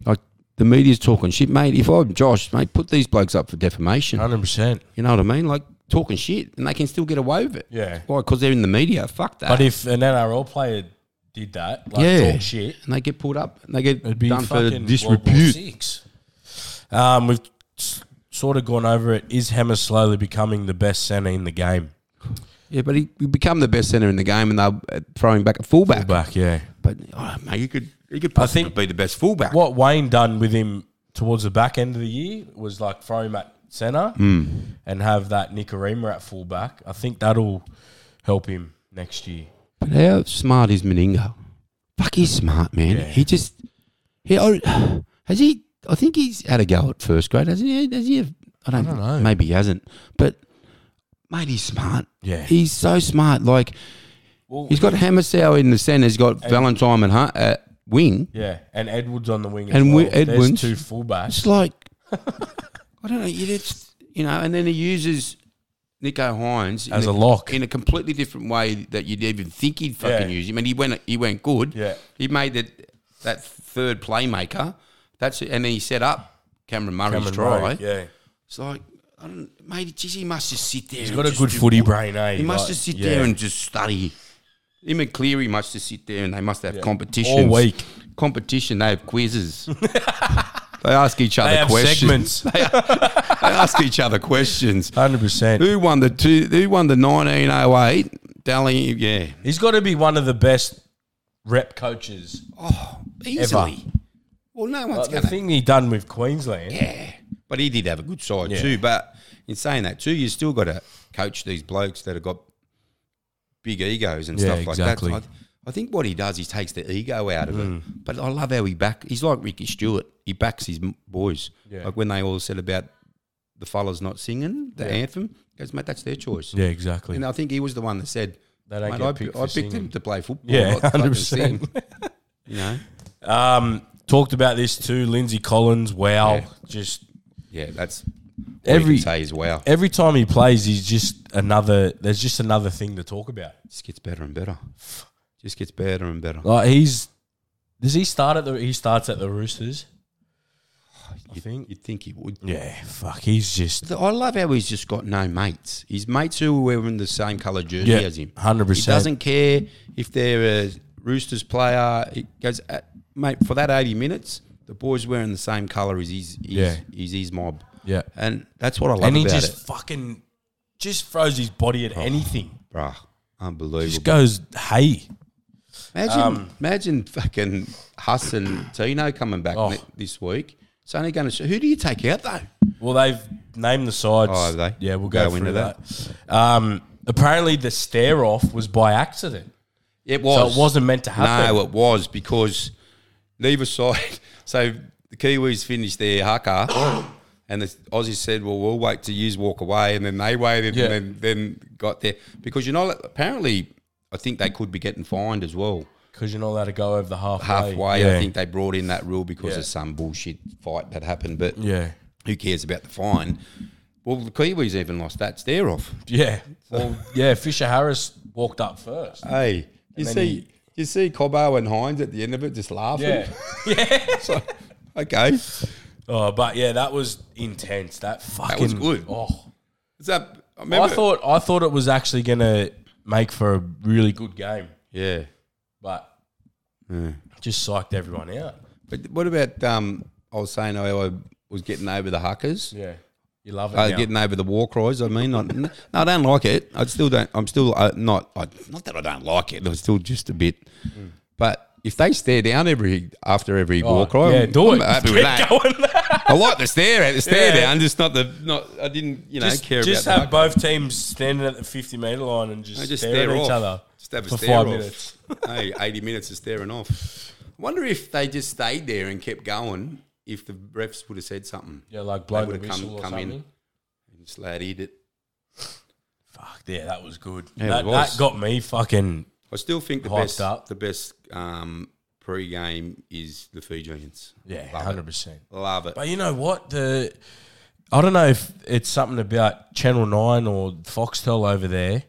[SPEAKER 2] Like the media's talking shit, mate. If I'm Josh, mate, put these blokes up for defamation.
[SPEAKER 1] Hundred percent.
[SPEAKER 2] You know what I mean? Like talking shit, and they can still get away with it.
[SPEAKER 1] Yeah.
[SPEAKER 2] Why? Because they're in the media. Fuck that.
[SPEAKER 1] But if an NRL player did that, like
[SPEAKER 2] Yeah.
[SPEAKER 1] talk shit,
[SPEAKER 2] and they get pulled up, and they get
[SPEAKER 1] it'd be
[SPEAKER 2] done for
[SPEAKER 1] fucking World War
[SPEAKER 2] disrepute.
[SPEAKER 1] Six. Um, we've s- sort of gone over it. Is Hammer slowly becoming the best centre in the game?
[SPEAKER 2] Yeah, but he, he become the best centre in the game, and they're uh, throwing back a fullback.
[SPEAKER 1] Back, yeah.
[SPEAKER 2] But oh, mate, he could he could possibly
[SPEAKER 1] think-
[SPEAKER 2] be the best fullback.
[SPEAKER 1] What Wayne done with him towards the back end of the year was like throw him at centre and have that Nicarima at fullback. I think that'll help him next year.
[SPEAKER 2] But how smart is Meningo? Fuck, he's smart, man. He just he I- has he. I think he's had a go at first grade, hasn't he? Has he? Have, I, don't, know. Maybe he hasn't. But mate, he's smart.
[SPEAKER 1] Yeah.
[SPEAKER 2] he's so smart. Like
[SPEAKER 1] Well,
[SPEAKER 2] he's got Hammersau in the centre. He's got Valentine and Hunt, uh, wing.
[SPEAKER 1] Yeah, and Edwards on the wing.
[SPEAKER 2] And
[SPEAKER 1] as
[SPEAKER 2] we-
[SPEAKER 1] well. There's
[SPEAKER 2] Edwards-
[SPEAKER 1] two fullbacks.
[SPEAKER 2] It's like I don't know. You just you know, and then he uses Nico Hines in
[SPEAKER 1] As a lock.
[SPEAKER 2] in a completely different way that you'd even think he'd fucking
[SPEAKER 1] Yeah.
[SPEAKER 2] use him. And he went he went good.
[SPEAKER 1] Yeah.
[SPEAKER 2] he made that that third playmaker. That's it. and then he set up Cameron Murray's
[SPEAKER 1] Cameron
[SPEAKER 2] try.
[SPEAKER 1] Rowe, Yeah,
[SPEAKER 2] It's like. I don't, mate, geez, he must just sit there.
[SPEAKER 1] he's got a good footy brain, eh?
[SPEAKER 2] He must
[SPEAKER 1] Like,
[SPEAKER 2] just sit
[SPEAKER 1] yeah.
[SPEAKER 2] there and just study. Him and Cleary must just sit there and they must have
[SPEAKER 1] All
[SPEAKER 2] competition
[SPEAKER 1] week.
[SPEAKER 2] Competition. They have quizzes. they ask each other
[SPEAKER 1] They have
[SPEAKER 2] questions.
[SPEAKER 1] segments.
[SPEAKER 2] They ask each other questions.
[SPEAKER 1] Hundred percent.
[SPEAKER 2] Who won the two, Who won the nineteen oh eight? Dally. Yeah.
[SPEAKER 1] He's got to be one of the best rep coaches.
[SPEAKER 2] Oh, easily. Well, no one's
[SPEAKER 1] Like, the
[SPEAKER 2] gonna.
[SPEAKER 1] thing he done with Queensland.
[SPEAKER 2] yeah. But he did have a good side too. But in saying that too, you still got to coach these blokes that have got big egos and
[SPEAKER 1] Yeah,
[SPEAKER 2] stuff
[SPEAKER 1] exactly. Mm.
[SPEAKER 2] like that. I, I think what he does is takes the ego out of it. But I love how he back. He's like Ricky Stewart. He backs his m- boys.
[SPEAKER 1] Yeah.
[SPEAKER 2] Like when they all said about the fellas not singing the anthem, he goes mate, that's their choice.
[SPEAKER 1] Yeah, exactly.
[SPEAKER 2] And I think he was the one that said,
[SPEAKER 1] They don't
[SPEAKER 2] "Mate,
[SPEAKER 1] get
[SPEAKER 2] I,
[SPEAKER 1] picked
[SPEAKER 2] picked
[SPEAKER 1] for
[SPEAKER 2] I picked
[SPEAKER 1] singing."
[SPEAKER 2] him to play football.
[SPEAKER 1] Yeah,
[SPEAKER 2] not to fucking
[SPEAKER 1] 100%.
[SPEAKER 2] sing." You know,
[SPEAKER 1] Um, talked about this too. Lindsay Collins. Wow,
[SPEAKER 2] Yeah.
[SPEAKER 1] just
[SPEAKER 2] yeah, that's every
[SPEAKER 1] Every-
[SPEAKER 2] you can say is wow.
[SPEAKER 1] every time he plays, he's just another. There's just another thing to talk about.
[SPEAKER 2] just gets better and better. Just gets better and better.
[SPEAKER 1] Like he's does he start at the? He starts at the Roosters. I think.
[SPEAKER 2] You'd think he would.
[SPEAKER 1] Yeah, fuck. He's just
[SPEAKER 2] I love how he's just got no mates. His mates who were wearing the same colour jersey
[SPEAKER 1] yeah,
[SPEAKER 2] as him.
[SPEAKER 1] hundred
[SPEAKER 2] He
[SPEAKER 1] percent.
[SPEAKER 2] doesn't care if they're a Roosters player. He goes, "Uh, mate, for that 80 minutes, the boy's wearing the same colour as his, his,
[SPEAKER 1] Yeah.
[SPEAKER 2] his, his mob.
[SPEAKER 1] Yeah,
[SPEAKER 2] And that's what I love
[SPEAKER 1] and he
[SPEAKER 2] about
[SPEAKER 1] just
[SPEAKER 2] it. Oh,
[SPEAKER 1] fucking just throws his body at anything.
[SPEAKER 2] Bruh, unbelievable.
[SPEAKER 1] Just goes hey.
[SPEAKER 2] Imagine, imagine fucking Huss and Tino coming back
[SPEAKER 1] Oh.
[SPEAKER 2] ne- this week. It's only going to show. Who do you take out, though?
[SPEAKER 1] Well, they've named the sides.
[SPEAKER 2] Oh, have they?
[SPEAKER 1] Yeah, we'll go,
[SPEAKER 2] Go
[SPEAKER 1] through
[SPEAKER 2] into
[SPEAKER 1] that. Um, apparently, the stare off was by accident,
[SPEAKER 2] It
[SPEAKER 1] so
[SPEAKER 2] was.
[SPEAKER 1] it wasn't meant to happen.
[SPEAKER 2] Oh, No, it was because neither side. So the Kiwis finished their haka, and the Aussies said, "Well, we'll wait till yous walk away," and then they waited,
[SPEAKER 1] Yeah.
[SPEAKER 2] and then, then got there because you know apparently. I think they could be getting fined as well.
[SPEAKER 1] because you're not allowed to go over the halfway.
[SPEAKER 2] Halfway,
[SPEAKER 1] yeah.
[SPEAKER 2] I think they brought in that rule because
[SPEAKER 1] Yeah.
[SPEAKER 2] of some bullshit fight that happened. But
[SPEAKER 1] Yeah,
[SPEAKER 2] who cares about the fine? Well, the Kiwis even lost that stare off.
[SPEAKER 1] yeah. Well, yeah. Fisher Harris walked up first.
[SPEAKER 2] Hey, you
[SPEAKER 1] then
[SPEAKER 2] see,
[SPEAKER 1] he-
[SPEAKER 2] you see Cobbo and Hines at the end of it just laughing.
[SPEAKER 1] Yeah, yeah.
[SPEAKER 2] It's like, okay,
[SPEAKER 1] oh, but yeah, that was intense. That fucking
[SPEAKER 2] was good.
[SPEAKER 1] Oh,
[SPEAKER 2] Is that? I,
[SPEAKER 1] I
[SPEAKER 2] remember,
[SPEAKER 1] thought I thought it was actually gonna make for a really good game,
[SPEAKER 2] Yeah.
[SPEAKER 1] but just psyched everyone out.
[SPEAKER 2] But what about? Um, I was saying how I was getting over the huckers.
[SPEAKER 1] Yeah, you love it.
[SPEAKER 2] Uh,
[SPEAKER 1] now.
[SPEAKER 2] getting over the war cries. I mean, I, no, I don't like it. I still don't. I'm still uh, not. I, not that I don't like it. I'm still just a bit. But if they stare down every after every war cry,
[SPEAKER 1] Oh, yeah,
[SPEAKER 2] I'm-
[SPEAKER 1] do
[SPEAKER 2] I'm
[SPEAKER 1] it.
[SPEAKER 2] happy with
[SPEAKER 1] Keep
[SPEAKER 2] that.
[SPEAKER 1] going.
[SPEAKER 2] I like the stare, the stare
[SPEAKER 1] Yeah.
[SPEAKER 2] down. Just not the. Not. I didn't. You know,
[SPEAKER 1] just,
[SPEAKER 2] care
[SPEAKER 1] just
[SPEAKER 2] about.
[SPEAKER 1] have both teams standing at the 50 metre line and just,
[SPEAKER 2] the, just
[SPEAKER 1] stare at each
[SPEAKER 2] off.
[SPEAKER 1] other
[SPEAKER 2] Just have a
[SPEAKER 1] for
[SPEAKER 2] stare
[SPEAKER 1] five
[SPEAKER 2] off.
[SPEAKER 1] minutes.
[SPEAKER 2] hey, eighty minutes of staring off. I wonder if they just stayed there and kept going. If the refs would have said something.
[SPEAKER 1] Yeah, like blow the
[SPEAKER 2] would've come-
[SPEAKER 1] whistle or
[SPEAKER 2] come in.
[SPEAKER 1] something.
[SPEAKER 2] Just lad eat it.
[SPEAKER 1] Fuck, yeah, that was good.
[SPEAKER 2] it
[SPEAKER 1] that,
[SPEAKER 2] was.
[SPEAKER 1] that got me fucking.
[SPEAKER 2] I still think the
[SPEAKER 1] Hyped
[SPEAKER 2] best
[SPEAKER 1] up.
[SPEAKER 2] the best um, pre-game is the Fijians.
[SPEAKER 1] Yeah,
[SPEAKER 2] love
[SPEAKER 1] 100%.
[SPEAKER 2] it. Love it.
[SPEAKER 1] But you know what? The I don't know if it's something about Channel 9 or Foxtel over there.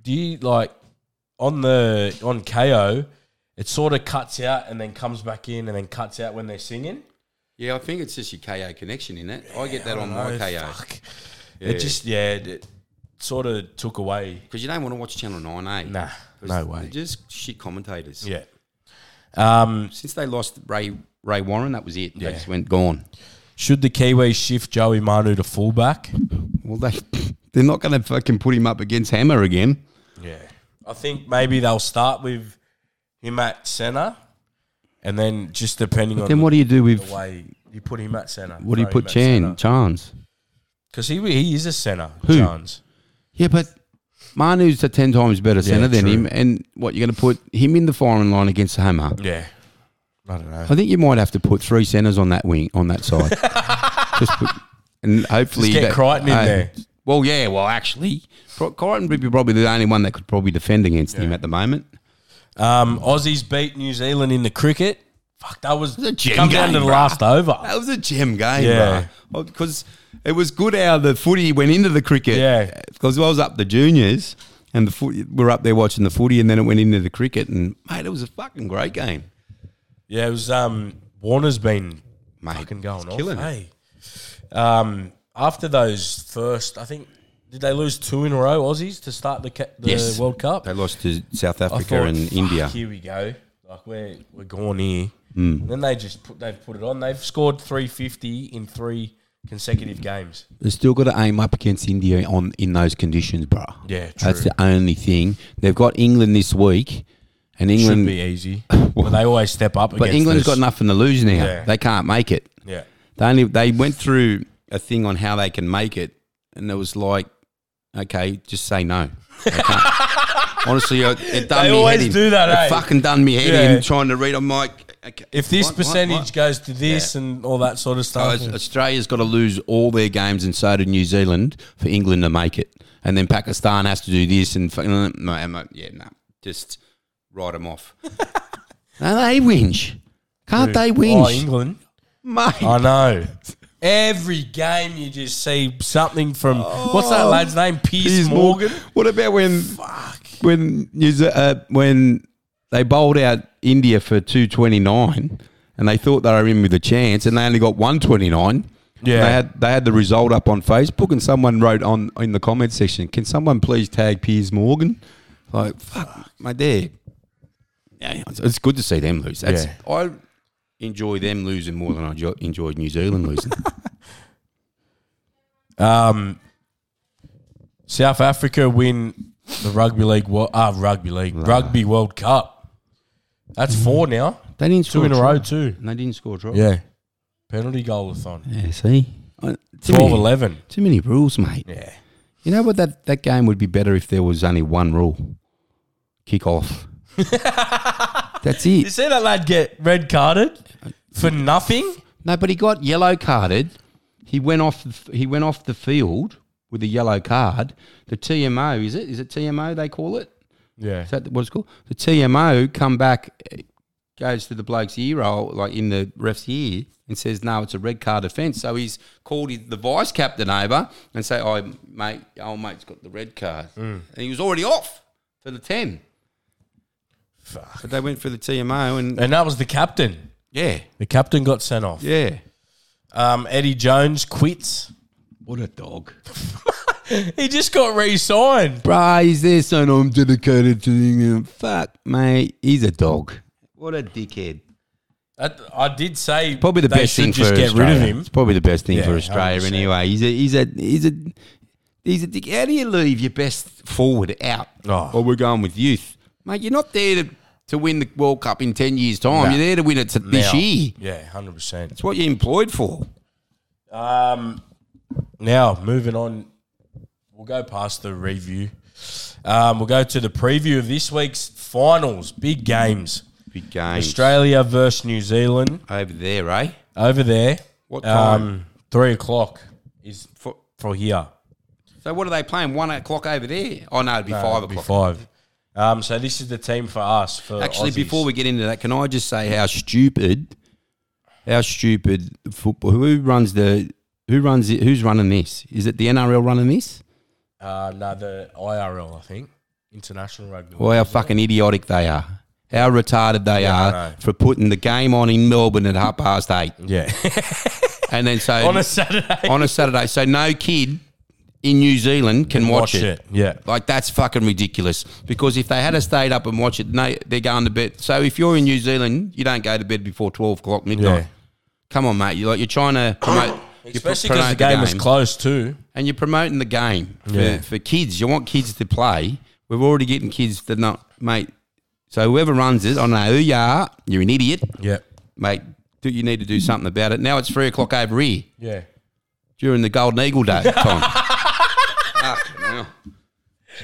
[SPEAKER 1] Do you like on the on KO, it sort of cuts out and then comes back in and then cuts out when they're singing?
[SPEAKER 2] Yeah, I think it's just your KO connection in it. I get that
[SPEAKER 1] I
[SPEAKER 2] on
[SPEAKER 1] don't
[SPEAKER 2] my
[SPEAKER 1] know,
[SPEAKER 2] KO
[SPEAKER 1] fuck. It just, yeah, it, it sort of took away.
[SPEAKER 2] because you don't want to watch Channel Nine, eh?
[SPEAKER 1] Nah,
[SPEAKER 2] 'Cause
[SPEAKER 1] no
[SPEAKER 2] They're
[SPEAKER 1] way.
[SPEAKER 2] just shit commentators.
[SPEAKER 1] Yeah. Um,
[SPEAKER 2] Since they lost Ray Ray Warren, that was it.
[SPEAKER 1] Yeah.
[SPEAKER 2] They just went gone.
[SPEAKER 1] Should the Kiwis shift Joey Manu to fullback?
[SPEAKER 2] Well, they they're not going to fucking put him up against Hammer again.
[SPEAKER 1] Yeah. I think maybe they'll start with him at centre and then just depending on
[SPEAKER 2] Then what do you do
[SPEAKER 1] the
[SPEAKER 2] with
[SPEAKER 1] way you put him at centre.
[SPEAKER 2] what do you put Chan Chance?
[SPEAKER 1] Because he, he is a centre,
[SPEAKER 2] Who?
[SPEAKER 1] Chance.
[SPEAKER 2] Yeah, but Manu's a ten times better centre than
[SPEAKER 1] true.
[SPEAKER 2] him, and what you're going to put him in the firing line against Hammer?
[SPEAKER 1] Yeah. I don't know.
[SPEAKER 2] I think you might have to put three centres on that wing on that side. Just put, and hopefully
[SPEAKER 1] Just get
[SPEAKER 2] that- uh,
[SPEAKER 1] Crichton in there.
[SPEAKER 2] Well, yeah. Well, actually, Pro- Crichton would be probably the only one that could probably defend against him at the moment.
[SPEAKER 1] Um, Aussies beat New Zealand in the cricket. Fuck, that was
[SPEAKER 2] was a gem
[SPEAKER 1] come down
[SPEAKER 2] game,
[SPEAKER 1] to the
[SPEAKER 2] bruh.
[SPEAKER 1] last over.
[SPEAKER 2] That was a gem game,
[SPEAKER 1] Yeah.
[SPEAKER 2] yeah. Because it was good how the footy went into the cricket.
[SPEAKER 1] Yeah.
[SPEAKER 2] Because I was up the juniors and the footy, we were up there watching the footy and then it went into the cricket and, mate, it was a fucking great game.
[SPEAKER 1] Yeah, it was. Um, Warner's been
[SPEAKER 2] Mate,
[SPEAKER 1] fucking going off.
[SPEAKER 2] killing it.
[SPEAKER 1] hey. Um, after those first, I think did they lose two in a row Aussies to start the, ca- the
[SPEAKER 2] Yes.
[SPEAKER 1] World Cup?
[SPEAKER 2] They lost to South
[SPEAKER 1] I
[SPEAKER 2] Africa
[SPEAKER 1] thought,
[SPEAKER 2] and
[SPEAKER 1] "Fuck,
[SPEAKER 2] India.
[SPEAKER 1] Here we go. Like we're we're going here. Mm. Then they just put they've put it on. They've scored three fifty in three consecutive games.
[SPEAKER 2] They've still got to aim up against India on in those conditions, bro.
[SPEAKER 1] Yeah,
[SPEAKER 2] That's
[SPEAKER 1] true.
[SPEAKER 2] the only thing. They've got England this week, and
[SPEAKER 1] Should
[SPEAKER 2] England,
[SPEAKER 1] be easy. but they always step up.
[SPEAKER 2] but
[SPEAKER 1] against
[SPEAKER 2] England's
[SPEAKER 1] this.
[SPEAKER 2] got nothing to lose now.
[SPEAKER 1] Yeah.
[SPEAKER 2] They can't make it.
[SPEAKER 1] Yeah,
[SPEAKER 2] They only they went through a thing on how they can make it, and it was like, okay, just say no. They can't. Honestly, it, it done
[SPEAKER 1] They
[SPEAKER 2] me
[SPEAKER 1] always
[SPEAKER 2] head in.
[SPEAKER 1] do that,
[SPEAKER 2] It
[SPEAKER 1] eh?
[SPEAKER 2] fucking done me head
[SPEAKER 1] Yeah.
[SPEAKER 2] in trying to read. I'm like, okay,
[SPEAKER 1] if this
[SPEAKER 2] what, what,
[SPEAKER 1] percentage
[SPEAKER 2] what?
[SPEAKER 1] goes to this and all that sort of
[SPEAKER 2] Oh,
[SPEAKER 1] stuff,
[SPEAKER 2] it's- Australia's got to lose all their games, and so did New Zealand for England to make it, and then Pakistan has to do this, and fucking- no, no, yeah, no, just write them off. no, they whinge. Can't they
[SPEAKER 1] oh
[SPEAKER 2] whinge,
[SPEAKER 1] England,
[SPEAKER 2] mate?
[SPEAKER 1] I know. Every game you just see something from what's that lad's name? Piers,
[SPEAKER 2] Oh. Piers
[SPEAKER 1] Morgan.
[SPEAKER 2] What about when when New Ze- uh, when they bowled out India for two twenty nine, and they thought they were in with a chance, and they only got one twenty nine.
[SPEAKER 1] Yeah.
[SPEAKER 2] they had they had the result up on Facebook, and someone wrote on in the comment section, "Can someone please tag Piers Morgan?" Like fuck, my dear. Yeah, it's- it's good to see them lose. That's I enjoy them losing more than I jo- enjoyed New Zealand losing.
[SPEAKER 1] Um, South Africa win the rugby league. Wo- ah, rugby league, rugby World Cup. That's four now,
[SPEAKER 2] they didn't
[SPEAKER 1] Mm. two
[SPEAKER 2] score
[SPEAKER 1] in a
[SPEAKER 2] try.
[SPEAKER 1] row too.
[SPEAKER 2] and they didn't score a try.
[SPEAKER 1] Yeah, penalty goalathon.
[SPEAKER 2] Yeah, see? I- Too
[SPEAKER 1] 12
[SPEAKER 2] many,
[SPEAKER 1] 11.
[SPEAKER 2] too many rules, mate.
[SPEAKER 1] Yeah.
[SPEAKER 2] You know what? That, that game would be better if there was only one rule kick off. That's
[SPEAKER 1] You
[SPEAKER 2] it.
[SPEAKER 1] see that lad get red carded for nothing?
[SPEAKER 2] No, but he got yellow carded. He went off. the f- He went off the field with a yellow card. The TMO is it? Is it TMO they call it?
[SPEAKER 1] Yeah.
[SPEAKER 2] Is that what it's called? The TMO come back, eh, goes to the bloke's ear hole, like in the ref's ear, and says, "No, it's a red card offence." So he's called his- the vice captain over and say, "Oh, mate, old mate's got the red card," and he was already off for the ten.
[SPEAKER 1] Fuck.
[SPEAKER 2] But they went for the TMO, and
[SPEAKER 1] And that was the captain.
[SPEAKER 2] yeah,
[SPEAKER 1] The captain got sent off.
[SPEAKER 2] yeah,
[SPEAKER 1] Um, Eddie Jones quits.
[SPEAKER 2] what a dog,
[SPEAKER 1] He just got re signed.
[SPEAKER 2] bruh. He's there, so I'm dedicated to England. Fuck, mate, he's a dog. What a dickhead.
[SPEAKER 1] I, I did say
[SPEAKER 2] probably the
[SPEAKER 1] they
[SPEAKER 2] best
[SPEAKER 1] should
[SPEAKER 2] thing
[SPEAKER 1] just
[SPEAKER 2] for
[SPEAKER 1] get
[SPEAKER 2] Australia.
[SPEAKER 1] rid of him.
[SPEAKER 2] It's probably the best thing
[SPEAKER 1] Yeah,
[SPEAKER 2] for Australia
[SPEAKER 1] 100%.
[SPEAKER 2] anyway. He's a he's a he's a he's a dick. How do you leave your best forward out?
[SPEAKER 1] Oh.
[SPEAKER 2] Well, we're going with youth, mate. You're not there to, to win the World Cup in ten years' time.
[SPEAKER 1] No.
[SPEAKER 2] You're there to win it to this
[SPEAKER 1] Now.
[SPEAKER 2] year.
[SPEAKER 1] Yeah, 100%.
[SPEAKER 2] It's what you're employed for.
[SPEAKER 1] Um, now moving on, we'll go past the review. Um, we'll go to the preview of this week's finals, big games:
[SPEAKER 2] Big game
[SPEAKER 1] Australia versus New Zealand
[SPEAKER 2] over there, eh?
[SPEAKER 1] over there. um,
[SPEAKER 2] What time?
[SPEAKER 1] three o'clock is
[SPEAKER 2] For-
[SPEAKER 1] for here.
[SPEAKER 2] so what are they playing? One o'clock over there? Oh no, it'd be five
[SPEAKER 1] It'll be
[SPEAKER 2] o'clock.
[SPEAKER 1] Five. Um, so this is the team for us. For
[SPEAKER 2] Actually, before we get into that, can I just say how stupid, how stupid football? Who runs the? Who runs it? Who's running this? Is it the NRL running this?
[SPEAKER 1] uh, no, the IRL, I think international rugby.
[SPEAKER 2] Well, how fucking idiotic they are! How retarded they
[SPEAKER 1] I
[SPEAKER 2] are
[SPEAKER 1] know.
[SPEAKER 2] for putting the game on in Melbourne at half past eight,
[SPEAKER 1] yeah,
[SPEAKER 2] and then so
[SPEAKER 1] on a Saturday.
[SPEAKER 2] on a Saturday, so no kid in New Zealand can watch, it.
[SPEAKER 1] Oh, Yeah,
[SPEAKER 2] Like that's fucking ridiculous. Because if they had a stayed up and watched it, no, they're going to bed. So if you're in New Zealand, you don't go to bed before twelve o'clock midnight.
[SPEAKER 1] Yeah.
[SPEAKER 2] Come on, mate. You're like you're trying to promote, you
[SPEAKER 1] especially
[SPEAKER 2] promote
[SPEAKER 1] because the game is close too.
[SPEAKER 2] and you're promoting the game for,
[SPEAKER 1] Yeah.
[SPEAKER 2] for kids. You want kids to play. We're already getting kids that not, mate. So whoever runs it, I don't know who you are. You're an idiot,
[SPEAKER 1] Yeah.
[SPEAKER 2] mate. Do you need to do something about it? Now it's three o'clock over here
[SPEAKER 1] Yeah.
[SPEAKER 2] during the Golden Eagle Day time. Fucking hell.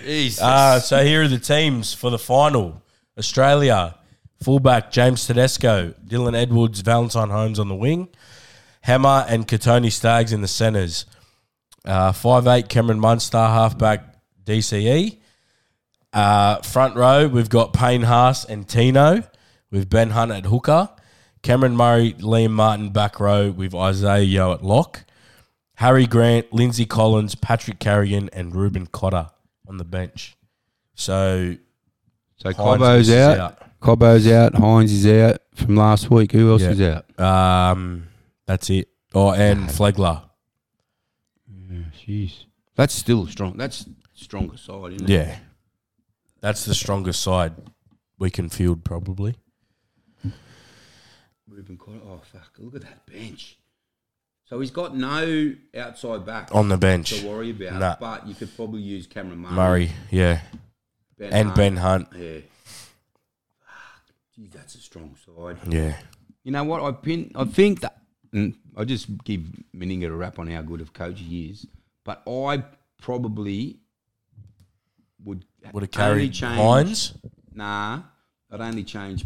[SPEAKER 2] Jesus.
[SPEAKER 1] Uh, so here are the teams for the final. Australia, fullback James Tedesco, Dylan Edwards, Valentine Holmes on the wing, Hammer and Katoni Staggs in the centres. Uh, 5'8 Cameron Munster, halfback DCE. 8'9 Uh, front row, we've got Payne Haas and Tino. We've Ben Hunt at hooker. Cameron Murray, Liam Martin back row. We've Isaiah Yo at lock. Harry Grant, Lindsay Collins, Patrick Carrigan, and Ruben Cotter on the bench. So
[SPEAKER 2] So
[SPEAKER 1] Hines
[SPEAKER 2] Cobbo's
[SPEAKER 1] is
[SPEAKER 2] out. Cobbo's out. Hines is out from last week. Who else
[SPEAKER 1] Yeah.
[SPEAKER 2] is out?
[SPEAKER 1] um, that's it. Oh, and Flegler.
[SPEAKER 2] Jeez. That's still strong. That's stronger side, isn't it?
[SPEAKER 1] Yeah. That's the strongest side we can field, probably.
[SPEAKER 2] Ruben Cotter. Oh, fuck. Look at that bench. So he's got no outside back
[SPEAKER 1] On the bench.
[SPEAKER 2] to worry about,
[SPEAKER 1] Nah.
[SPEAKER 2] but you could probably use Cameron Murray.
[SPEAKER 1] Murray, yeah.
[SPEAKER 2] Ben
[SPEAKER 1] And
[SPEAKER 2] Hunt.
[SPEAKER 1] Ben Hunt,
[SPEAKER 2] Yeah. Fuck. Gee, that's a strong side.
[SPEAKER 1] yeah.
[SPEAKER 2] You know what? I pin, I think that and I just give Meninga a rap on how good of coach he is, but I probably would
[SPEAKER 1] Would have
[SPEAKER 2] only
[SPEAKER 1] carried Hines.
[SPEAKER 2] Nah, I'd only change,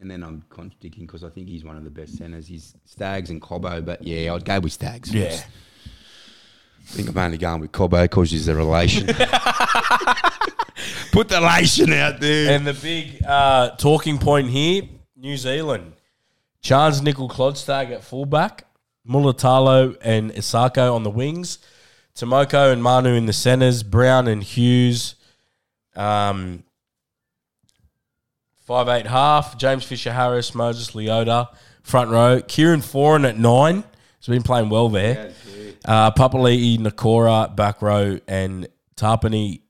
[SPEAKER 2] and then I'm contradicting because I think he's one of the best centers. He's Stags and Cobbo, but yeah, I'd go with Stags.
[SPEAKER 1] Yeah.
[SPEAKER 2] I think I'm only going with Cobbo because he's a relation. Put the relation out there.
[SPEAKER 1] And the big uh, talking point here New Zealand. Charles Nickel Klodstag at fullback, Mulatalo and Isako on the wings, Tomoko and Manu in the centres, Brown and Hughes, um, 5'8 half, James Fisher Harris, Moses Leota, front row, Kieran Foran at nine. He's been playing well there. Uh, Papali'i, Nakora, back row, and Tarpany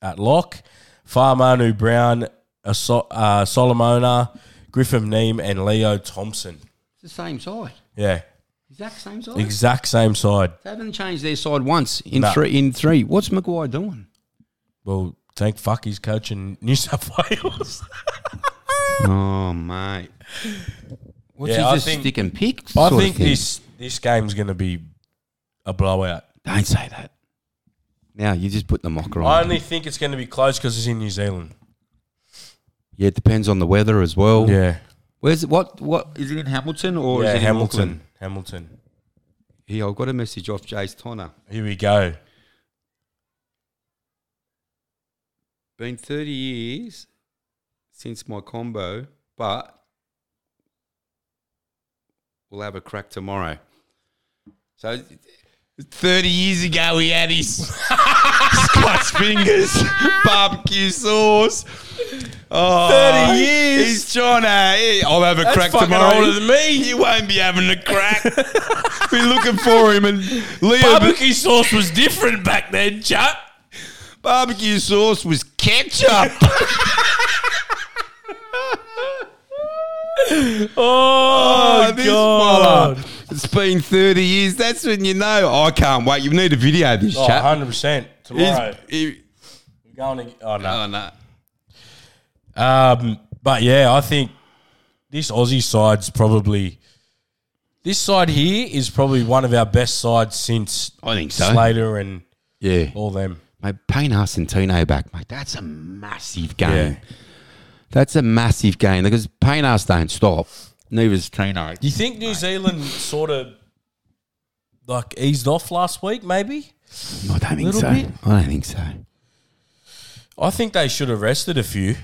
[SPEAKER 1] at lock. Farmanu Brown, Aso- uh, Solomona, Griffin Neem, and Leo Thompson.
[SPEAKER 2] It's the same side,
[SPEAKER 1] Yeah,
[SPEAKER 2] exact same side.
[SPEAKER 1] exact same side.
[SPEAKER 2] They haven't changed their side once in
[SPEAKER 1] No.
[SPEAKER 2] three. In three, what's Maguire doing?
[SPEAKER 1] Well, thank fuck he's coaching New South Wales.
[SPEAKER 2] Oh mate, what's
[SPEAKER 1] Yeah,
[SPEAKER 2] he
[SPEAKER 1] I
[SPEAKER 2] just
[SPEAKER 1] think-
[SPEAKER 2] stick and pick?
[SPEAKER 1] I
[SPEAKER 2] sort of
[SPEAKER 1] think
[SPEAKER 2] thing?
[SPEAKER 1] this this game's going to be a blowout.
[SPEAKER 2] Don't say that. Now you just put the mocker
[SPEAKER 1] I
[SPEAKER 2] on.
[SPEAKER 1] only think it's going to be close because it's in New Zealand.
[SPEAKER 2] yeah, it depends on the weather as well.
[SPEAKER 1] Yeah,
[SPEAKER 2] Where's what? What is it in Hamilton or
[SPEAKER 1] yeah.
[SPEAKER 2] is it In
[SPEAKER 1] Hamilton,
[SPEAKER 2] Auckland?
[SPEAKER 1] Hamilton.
[SPEAKER 2] yeah, I've got a message off Jace Tonner.
[SPEAKER 1] Here we go.
[SPEAKER 2] Been thirty years since my combo, but we'll have a crack tomorrow. So. 30 years ago, he had his Scotch fingers, barbecue sauce. Oh,
[SPEAKER 1] 30
[SPEAKER 2] years. He's trying to. he- I'll have a crack
[SPEAKER 1] fucking
[SPEAKER 2] tomorrow.
[SPEAKER 1] older than
[SPEAKER 2] me. You won't be having a crack. We're looking for him. And Leo.
[SPEAKER 1] Barbecue sauce was different back then, chap.
[SPEAKER 2] barbecue sauce was ketchup.
[SPEAKER 1] Oh,
[SPEAKER 2] this
[SPEAKER 1] god.
[SPEAKER 2] fella. It's been 30 years. That's when you know. I can't wait. You need a video of this
[SPEAKER 1] Oh,
[SPEAKER 2] chap.
[SPEAKER 1] 100%
[SPEAKER 2] He's-
[SPEAKER 1] tomorrow.
[SPEAKER 2] he-
[SPEAKER 1] We're going to, oh no.
[SPEAKER 2] oh, no.
[SPEAKER 1] Um, but yeah, I think this Aussie side's probably this side here is probably one of our best sides since
[SPEAKER 2] I think so.
[SPEAKER 1] Slater and
[SPEAKER 2] Yeah.
[SPEAKER 1] all them.
[SPEAKER 2] Mate, Payne Haas and Tino back, mate. That's a massive game.
[SPEAKER 1] Yeah.
[SPEAKER 2] That's a massive game because Payne Haas don't stop. Neither's Tino.
[SPEAKER 1] Do you think New Zealand sort of like eased off last week? Maybe
[SPEAKER 2] I don't think
[SPEAKER 1] Little
[SPEAKER 2] so.
[SPEAKER 1] bit.
[SPEAKER 2] I don't think so.
[SPEAKER 1] I think they should have rested a few.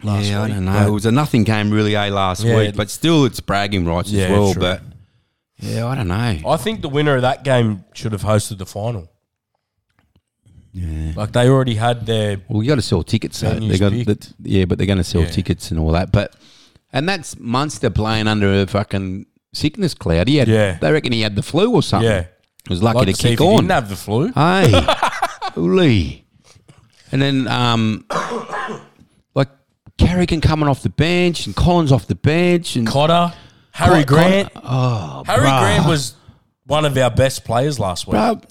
[SPEAKER 1] Last
[SPEAKER 2] yeah,
[SPEAKER 1] week,
[SPEAKER 2] I don't know. It was a nothing game really a last
[SPEAKER 1] Yeah.
[SPEAKER 2] week, but still it's bragging rights
[SPEAKER 1] Yeah,
[SPEAKER 2] as well.
[SPEAKER 1] true.
[SPEAKER 2] But yeah, I don't know.
[SPEAKER 1] I think the winner of that game should have hosted the final.
[SPEAKER 2] Yeah.
[SPEAKER 1] Like they already had their
[SPEAKER 2] Well, you got to sell tickets. So
[SPEAKER 1] Venues
[SPEAKER 2] they're gonna,
[SPEAKER 1] picked.
[SPEAKER 2] that- yeah, but they're going to sell
[SPEAKER 1] Yeah.
[SPEAKER 2] tickets and all that. But and that's Munster playing under a fucking sickness cloud. He had,
[SPEAKER 1] Yeah.
[SPEAKER 2] they reckon he had the flu or something.
[SPEAKER 1] yeah.
[SPEAKER 2] was lucky
[SPEAKER 1] Like
[SPEAKER 2] to
[SPEAKER 1] to see
[SPEAKER 2] kick
[SPEAKER 1] if he
[SPEAKER 2] on.
[SPEAKER 1] didn't have the flu.
[SPEAKER 2] Hey, holy. And then, um, like, Carrigan coming off the bench and Collins off the bench. and
[SPEAKER 1] Cotter, Harry
[SPEAKER 2] Con-
[SPEAKER 1] Grant.
[SPEAKER 2] Oh,
[SPEAKER 1] Harry
[SPEAKER 2] bruh.
[SPEAKER 1] Grant was one of our best players last week.
[SPEAKER 2] Bruh,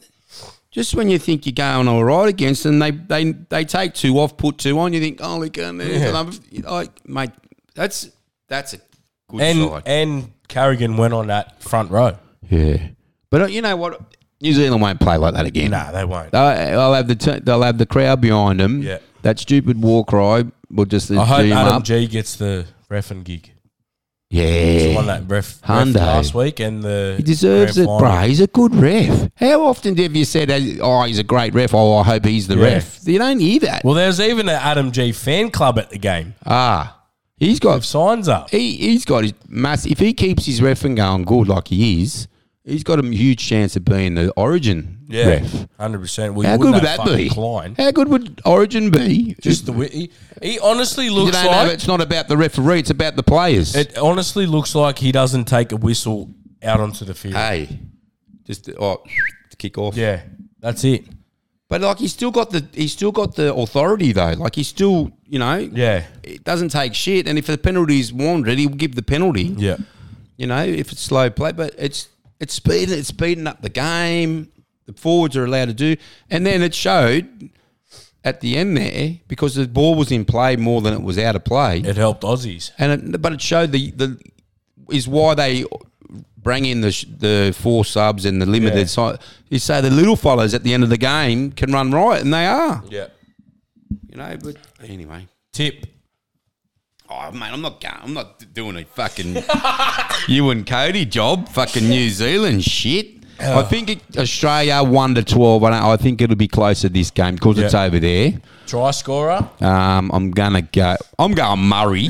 [SPEAKER 2] just when you think you're going all right against them, they, they, they take two off, put two on. You think, oh, look, and there's
[SPEAKER 1] Yeah.
[SPEAKER 2] another. Like, mate, that's, that's a good
[SPEAKER 1] and
[SPEAKER 2] side.
[SPEAKER 1] and Carrigan went on that front row.
[SPEAKER 2] yeah. But uh, you know what? New Zealand won't play like that again.
[SPEAKER 1] Nah, they won't.
[SPEAKER 2] They'll, they'll have the t- they'll have the crowd behind them.
[SPEAKER 1] Yeah.
[SPEAKER 2] That stupid war cry will just
[SPEAKER 1] I hope
[SPEAKER 2] do 'em
[SPEAKER 1] Adam
[SPEAKER 2] up.
[SPEAKER 1] G gets the ref and gig. He won
[SPEAKER 2] Yeah.
[SPEAKER 1] that ref, ref
[SPEAKER 2] Hyundai.
[SPEAKER 1] last week and the
[SPEAKER 2] He deserves it,
[SPEAKER 1] grand final.
[SPEAKER 2] bro. He's a good ref. How often have you said, oh, he's a great ref? Oh, I hope he's the
[SPEAKER 1] Yeah.
[SPEAKER 2] ref. You don't hear that.
[SPEAKER 1] Well, there's even an Adam G fan club at the game.
[SPEAKER 2] ah, he's got
[SPEAKER 1] Have signs up.
[SPEAKER 2] he, he's got his mass. If he keeps his refing going good like he is, he's got a huge chance of being the origin
[SPEAKER 1] Yeah,
[SPEAKER 2] ref.
[SPEAKER 1] hundred percent. Well, you
[SPEAKER 2] How good
[SPEAKER 1] wouldn't
[SPEAKER 2] would
[SPEAKER 1] have
[SPEAKER 2] that
[SPEAKER 1] fucking
[SPEAKER 2] be?
[SPEAKER 1] Klein.
[SPEAKER 2] How good would origin be?
[SPEAKER 1] Just the way he, he honestly
[SPEAKER 2] you
[SPEAKER 1] looks
[SPEAKER 2] don't know,
[SPEAKER 1] like
[SPEAKER 2] it's not about the referee; it's about the players.
[SPEAKER 1] it. Honestly, looks like he doesn't take a whistle out onto the field.
[SPEAKER 2] hey, just oh, kick off.
[SPEAKER 1] yeah, that's it.
[SPEAKER 2] But like he's still got the he's still got the authority though. Like he's still you know
[SPEAKER 1] Yeah,
[SPEAKER 2] it doesn't take shit. And if the penalty's wanted, he'll give the penalty.
[SPEAKER 1] yeah.
[SPEAKER 2] You know if it's slow play, but it's it's speeding it's speeding up the game. The forwards are allowed to do, and then it showed at the end there because the ball was in play more than it was out of play.
[SPEAKER 1] It helped Aussies.
[SPEAKER 2] and it, but it showed the the is why they bring in the sh- the four subs and the limited
[SPEAKER 1] Yeah.
[SPEAKER 2] side. You say the little fellas at the end of the game can run right, and they are.
[SPEAKER 1] Yeah.
[SPEAKER 2] You know, but anyway.
[SPEAKER 1] Tip.
[SPEAKER 2] Oh man, I'm not going. I'm not doing a fucking you and Cody job. Fucking New Zealand shit. I think it, Australia one to twelve. I, don't, I think it'll be closer this game because it's
[SPEAKER 1] Yeah.
[SPEAKER 2] over there.
[SPEAKER 1] Try scorer.
[SPEAKER 2] Um, I'm gonna go. I'm going Murray.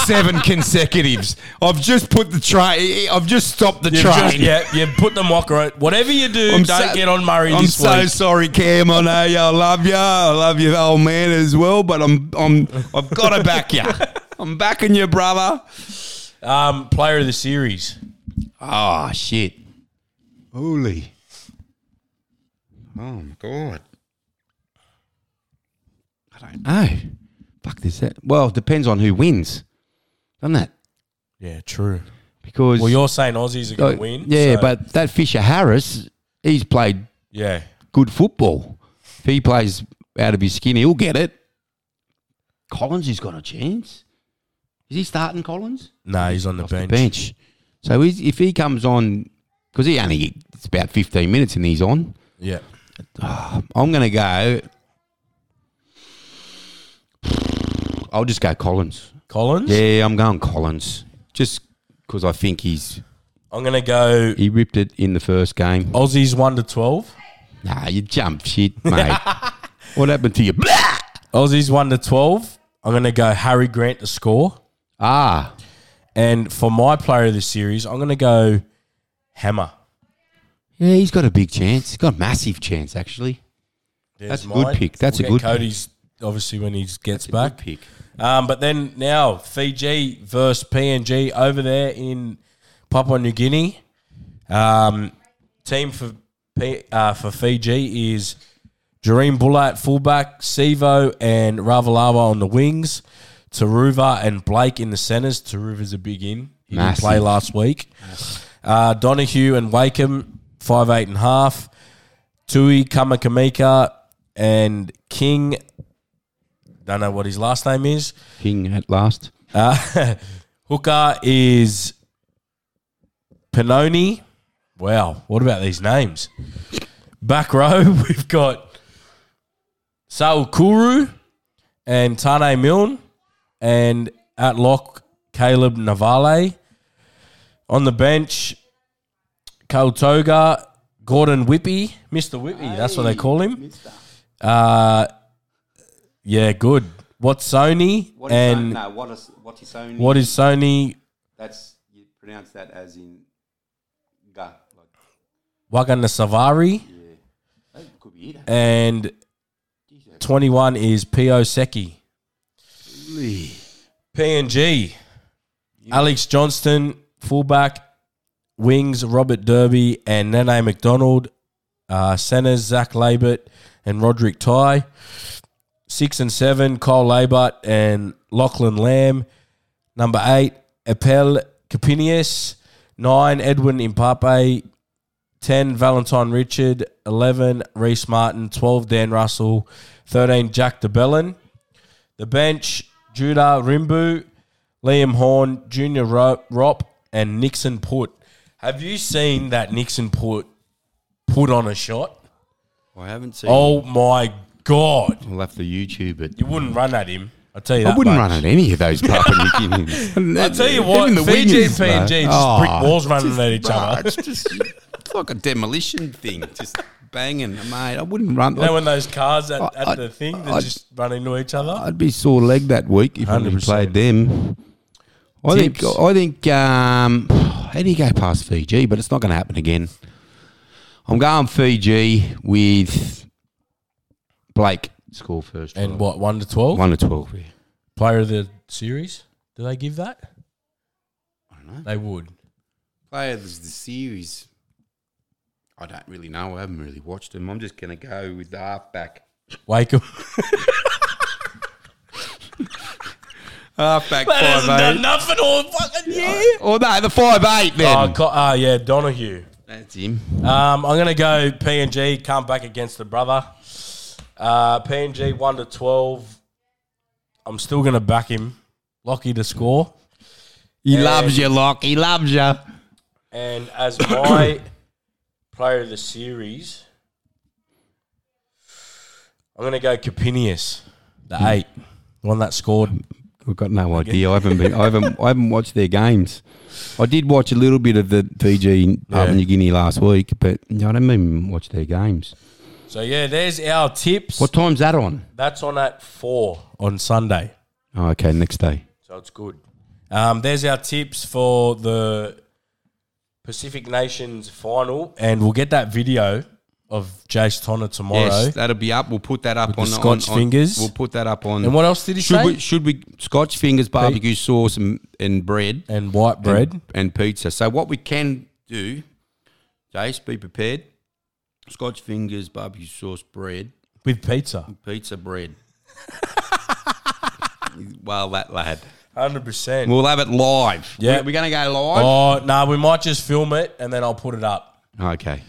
[SPEAKER 2] Seven consecutives. I've just put the train. I've just stopped the
[SPEAKER 1] You've
[SPEAKER 2] train.
[SPEAKER 1] just- yeah, you put the mocker. on- Whatever you do,
[SPEAKER 2] I'm
[SPEAKER 1] don't
[SPEAKER 2] so-
[SPEAKER 1] get on Murray
[SPEAKER 2] I'm
[SPEAKER 1] this
[SPEAKER 2] so
[SPEAKER 1] week.
[SPEAKER 2] sorry, Cam. I know you. I love you. I love you, old man, as well. But I'm, I'm, I've got to back you. I'm backing you, brother.
[SPEAKER 1] Um, player of the series.
[SPEAKER 2] Oh shit! Holy! Oh my god! I don't know. Fuck this. That well it depends on who wins, doesn't it?
[SPEAKER 1] Yeah, true.
[SPEAKER 2] Because
[SPEAKER 1] Well, you're saying Aussies are
[SPEAKER 2] uh,
[SPEAKER 1] going to win.
[SPEAKER 2] yeah,
[SPEAKER 1] so-
[SPEAKER 2] but that Fisher Harris, he's played
[SPEAKER 1] yeah,
[SPEAKER 2] good football. If he plays out of his skin, he'll get it. Collins has got a chance. Is he starting Collins?
[SPEAKER 1] no, he's on the bench.
[SPEAKER 2] bench. So he's, if he comes on, because he only it's about fifteen minutes and he's on.
[SPEAKER 1] Yeah,
[SPEAKER 2] I'm going to go. I'll just go Collins.
[SPEAKER 1] Collins.
[SPEAKER 2] Yeah, I'm going Collins. Just because I think he's
[SPEAKER 1] I'm going to go
[SPEAKER 2] he ripped it in the first game.
[SPEAKER 1] Aussies one to twelve.
[SPEAKER 2] Nah, you jump shit, mate. what happened to you? Blah!
[SPEAKER 1] Aussies one to twelve. I'm going to go Harry Grant to score.
[SPEAKER 2] Ah,
[SPEAKER 1] And for my player of the series, I'm going to go Hammer.
[SPEAKER 2] yeah, he's got a big chance. He's got a massive chance actually.
[SPEAKER 1] There's
[SPEAKER 2] That's a good pick. That's a
[SPEAKER 1] get
[SPEAKER 2] good pick.
[SPEAKER 1] Cody's obviously when he gets back.
[SPEAKER 2] Good pick.
[SPEAKER 1] Um, but then now Fiji versus PNG over there in Papua New Guinea. Um, team for P, uh, for Fiji is Jareem Bulla at fullback, Sivo and Ravalawa on the wings, Taruva and Blake in the centres. Taruva's a big in. He didn't
[SPEAKER 2] Massive.
[SPEAKER 1] play last week. Uh, Donahue and Wakeham, five eight and a half. Tui Kamakamika and King. Don't know what his last name is.
[SPEAKER 2] King at last.
[SPEAKER 1] Uh, hooker is Panoni. Wow, what about these names? Back row, we've got Saul Kuru and Tane Milne, and at lock, Caleb Navale. On the bench, Kale Toga, Gordon Whippy, Mr. Whippy, that's what they call him. Uh, yeah, good. What's Sony and
[SPEAKER 2] no, what is what is only
[SPEAKER 1] what is Sony
[SPEAKER 2] that's you pronounce that as in ga like
[SPEAKER 1] Wagana Savari?
[SPEAKER 2] that could be it.
[SPEAKER 1] And 21 is P.O. Seki. PNG. Alex Johnston, fullback. Wings, Robert Derby and Nene McDonald. Uh, centers, Zach Labert and Roderick Ty. Six and seven, Kyle Labert and Lachlan Lamb. Number eight, Appel Capinius. Nine, Edwin Impape. 10 Valentine Richard, 11 Reese Martin, 12 Dan Russell, 13 Jack DeBellin. The bench, Judah Rimbu, Liam Horn, Junior Ro- Rop, and Nixon Put. Have you seen that Nixon Put put on a shot?
[SPEAKER 2] I haven't seen.
[SPEAKER 1] Oh my God.
[SPEAKER 2] We'll have to YouTube it.
[SPEAKER 1] You wouldn't run at him. I I'll tell you that.
[SPEAKER 2] I wouldn't
[SPEAKER 1] much.
[SPEAKER 2] run at any of those Papua New Guineans.
[SPEAKER 1] I'll tell you what, Fiji and PNG just
[SPEAKER 2] Oh.
[SPEAKER 1] brick walls running at each other.
[SPEAKER 2] It's just it's like a demolition thing, just banging, mate. I wouldn't run.
[SPEAKER 1] You know when those cars at, at
[SPEAKER 2] I-
[SPEAKER 1] the thing
[SPEAKER 2] I-
[SPEAKER 1] that just run into each other?
[SPEAKER 2] I'd be sore leg that week if we
[SPEAKER 1] 100%.
[SPEAKER 2] played them. I
[SPEAKER 1] Tips.
[SPEAKER 2] think. I think. Um, how do you go past Fiji? But it's not going to happen again. I'm going Fiji with Blake. Score first.
[SPEAKER 1] And what, 1 to 12?
[SPEAKER 2] one to twelve. Yeah.
[SPEAKER 1] Player of the series? Do they give that?
[SPEAKER 2] I don't know.
[SPEAKER 1] They would.
[SPEAKER 2] Players the series. I don't really know. I haven't really watched them. I'm just going to go with the halfback.
[SPEAKER 1] Wake up.
[SPEAKER 2] Halfback
[SPEAKER 1] That hasn't
[SPEAKER 2] five
[SPEAKER 1] done
[SPEAKER 2] eight.
[SPEAKER 1] nothing all fucking year.
[SPEAKER 2] Or Oh, no, the five eight then.
[SPEAKER 1] Oh, co- ah, yeah, Donahue.
[SPEAKER 2] That's him.
[SPEAKER 1] Um, I'm going to go PNG, come back against the brother. Uh, PNG 1 to 12. I'm still going to back him. Lockie to score.
[SPEAKER 2] He
[SPEAKER 1] And-
[SPEAKER 2] loves you, Locke. He loves you.
[SPEAKER 1] And as my player of the series, I'm going to go Capinius, the eight, the one that scored.
[SPEAKER 2] I've got no idea. I haven't been. I haven't. I haven't watched their games. I did watch a little bit of the Fiji and Papua
[SPEAKER 1] Yeah.
[SPEAKER 2] New Guinea last week, but no, I didn't even watch their games.
[SPEAKER 1] So, yeah, there's our tips.
[SPEAKER 2] What time's that on?
[SPEAKER 1] That's on at four on Sunday.
[SPEAKER 2] Oh, okay, next day.
[SPEAKER 1] So it's good. Um, there's our tips for the Pacific Nations final, and we'll get that video of Jace Tonner tomorrow.
[SPEAKER 2] that'll be up. We'll put that up
[SPEAKER 1] the Scotch fingers.
[SPEAKER 2] put that up on.
[SPEAKER 1] And what else did he
[SPEAKER 2] should
[SPEAKER 1] say?
[SPEAKER 2] we? Should we? Scotch fingers, barbecue sauce, and, and bread.
[SPEAKER 1] and white bread.
[SPEAKER 2] and pizza. So what we can do, Jace, be prepared. Scotch fingers, barbecue sauce, bread,
[SPEAKER 1] with pizza.
[SPEAKER 2] pizza, bread. well, that lad.
[SPEAKER 1] 100%.
[SPEAKER 2] We'll have it live.
[SPEAKER 1] Yeah.
[SPEAKER 2] we're, going to go live.
[SPEAKER 1] Oh, no, we might just film it and then I'll put it up.
[SPEAKER 2] Okay,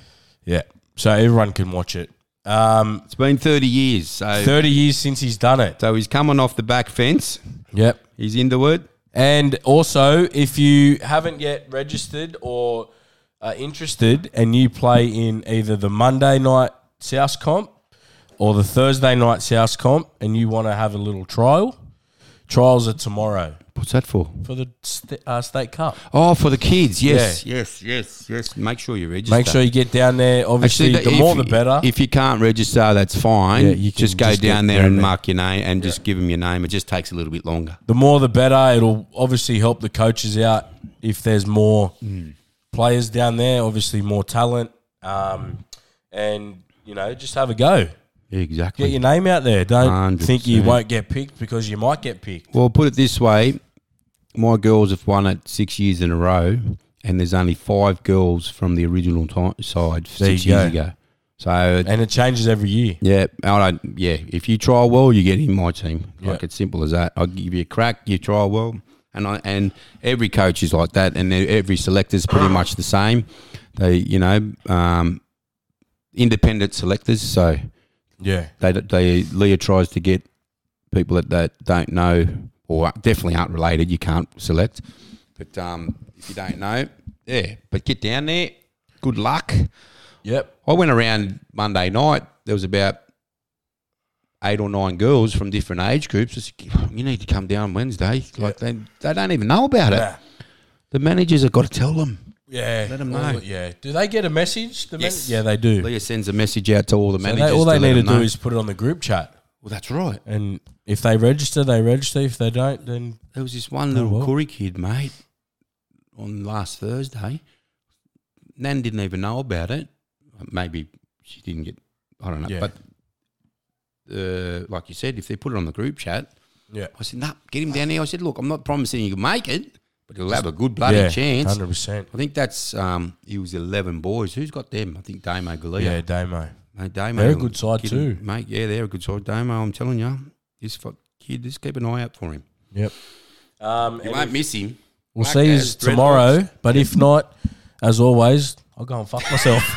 [SPEAKER 1] Yeah. So everyone can watch it. Um,
[SPEAKER 2] it's been thirty years, so
[SPEAKER 1] 30 years since he's done it.
[SPEAKER 2] so he's coming off the back fence.
[SPEAKER 1] Yep.
[SPEAKER 2] He's into it.
[SPEAKER 1] And also, if you haven't yet registered or are interested and you play in either the Monday night South comp or the Thursday night South comp and you want to have a little trial, trials are tomorrow
[SPEAKER 2] What's that for?
[SPEAKER 1] for the st- uh, State Cup.
[SPEAKER 2] Oh, for the kids. Yes, yes, yes, yes. Make sure you register.
[SPEAKER 1] Make sure you get down there. Obviously,
[SPEAKER 2] that-
[SPEAKER 1] the
[SPEAKER 2] if
[SPEAKER 1] more
[SPEAKER 2] you-
[SPEAKER 1] the better.
[SPEAKER 2] If you can't register, that's fine.
[SPEAKER 1] Yeah, you can
[SPEAKER 2] just go
[SPEAKER 1] just
[SPEAKER 2] down
[SPEAKER 1] get
[SPEAKER 2] there
[SPEAKER 1] down
[SPEAKER 2] and
[SPEAKER 1] there.
[SPEAKER 2] mark your name and just give them your name. It just takes a little bit longer.
[SPEAKER 1] the more the better. It'll obviously help the coaches out if there's more
[SPEAKER 2] Mm.
[SPEAKER 1] players down there, obviously more talent. Um, and, you know, just have a go.
[SPEAKER 2] Exactly.
[SPEAKER 1] Get your name out there. Don't
[SPEAKER 2] 100%.
[SPEAKER 1] think you won't get picked because you might get picked.
[SPEAKER 2] well, put it this way: my girls have won it six years in a row, and there's only five girls from the original ti side six
[SPEAKER 1] you
[SPEAKER 2] years
[SPEAKER 1] go.
[SPEAKER 2] ago. So
[SPEAKER 1] And it changes every year.
[SPEAKER 2] yeah, I don't. Yeah, if you try well, you get in my team. Like
[SPEAKER 1] Yeah.
[SPEAKER 2] it's simple as that. I give you a crack. You try well, and I, and every coach is like that, and every selector's pretty much the same. They, you know, um, independent selectors. So
[SPEAKER 1] Yeah.
[SPEAKER 2] they they Leah tries to get people that, that don't know or definitely aren't related. You can't select, but um, if you don't know, yeah. But get down there. Good luck.
[SPEAKER 1] Yep.
[SPEAKER 2] I went around Monday night. There was about eight or nine girls from different age groups. I said, you need to come down Wednesday. Like they, they don't even know about it.
[SPEAKER 1] Yeah.
[SPEAKER 2] The managers have got to tell them.
[SPEAKER 1] Yeah.
[SPEAKER 2] Let 'em
[SPEAKER 1] All
[SPEAKER 2] know.
[SPEAKER 1] the- Yeah. Do they get a message? The men-
[SPEAKER 2] Yes.
[SPEAKER 1] yeah, they do.
[SPEAKER 2] Leah sends a message out to all the
[SPEAKER 1] So
[SPEAKER 2] managers.
[SPEAKER 1] they, all they
[SPEAKER 2] let
[SPEAKER 1] need to
[SPEAKER 2] them know.
[SPEAKER 1] do is put it on the group chat.
[SPEAKER 2] well, that's right.
[SPEAKER 1] And if they register, they register. If they don't, then
[SPEAKER 2] There was this one little
[SPEAKER 1] well.
[SPEAKER 2] curry kid, mate, on last Thursday. Nan didn't even know about it. Uh, Maybe she didn't get. I don't know.
[SPEAKER 1] Yeah.
[SPEAKER 2] But uh, like you said, if they put it on the group chat,
[SPEAKER 1] yeah.
[SPEAKER 2] I said, nah, get him down here. I said, look, I'm not promising you can make it, but he'll have a good bloody
[SPEAKER 1] yeah,
[SPEAKER 2] chance.
[SPEAKER 1] 100%.
[SPEAKER 2] I think that's, um, he was 11 boys. Who's got them? I think Damo Galea.
[SPEAKER 1] Yeah, Damo.
[SPEAKER 2] Mate, Damo.
[SPEAKER 1] They're a good side
[SPEAKER 2] kid-
[SPEAKER 1] too.
[SPEAKER 2] Mate, yeah, they're a good side. Damo, I'm telling you, this fu- kid, just keep an eye out for him.
[SPEAKER 1] Yep. Um, and
[SPEAKER 2] You won't miss him.
[SPEAKER 1] we'll
[SPEAKER 2] Black
[SPEAKER 1] see you
[SPEAKER 2] as dreadlocks.
[SPEAKER 1] tomorrow, but if not, as always, I'll go and fuck myself.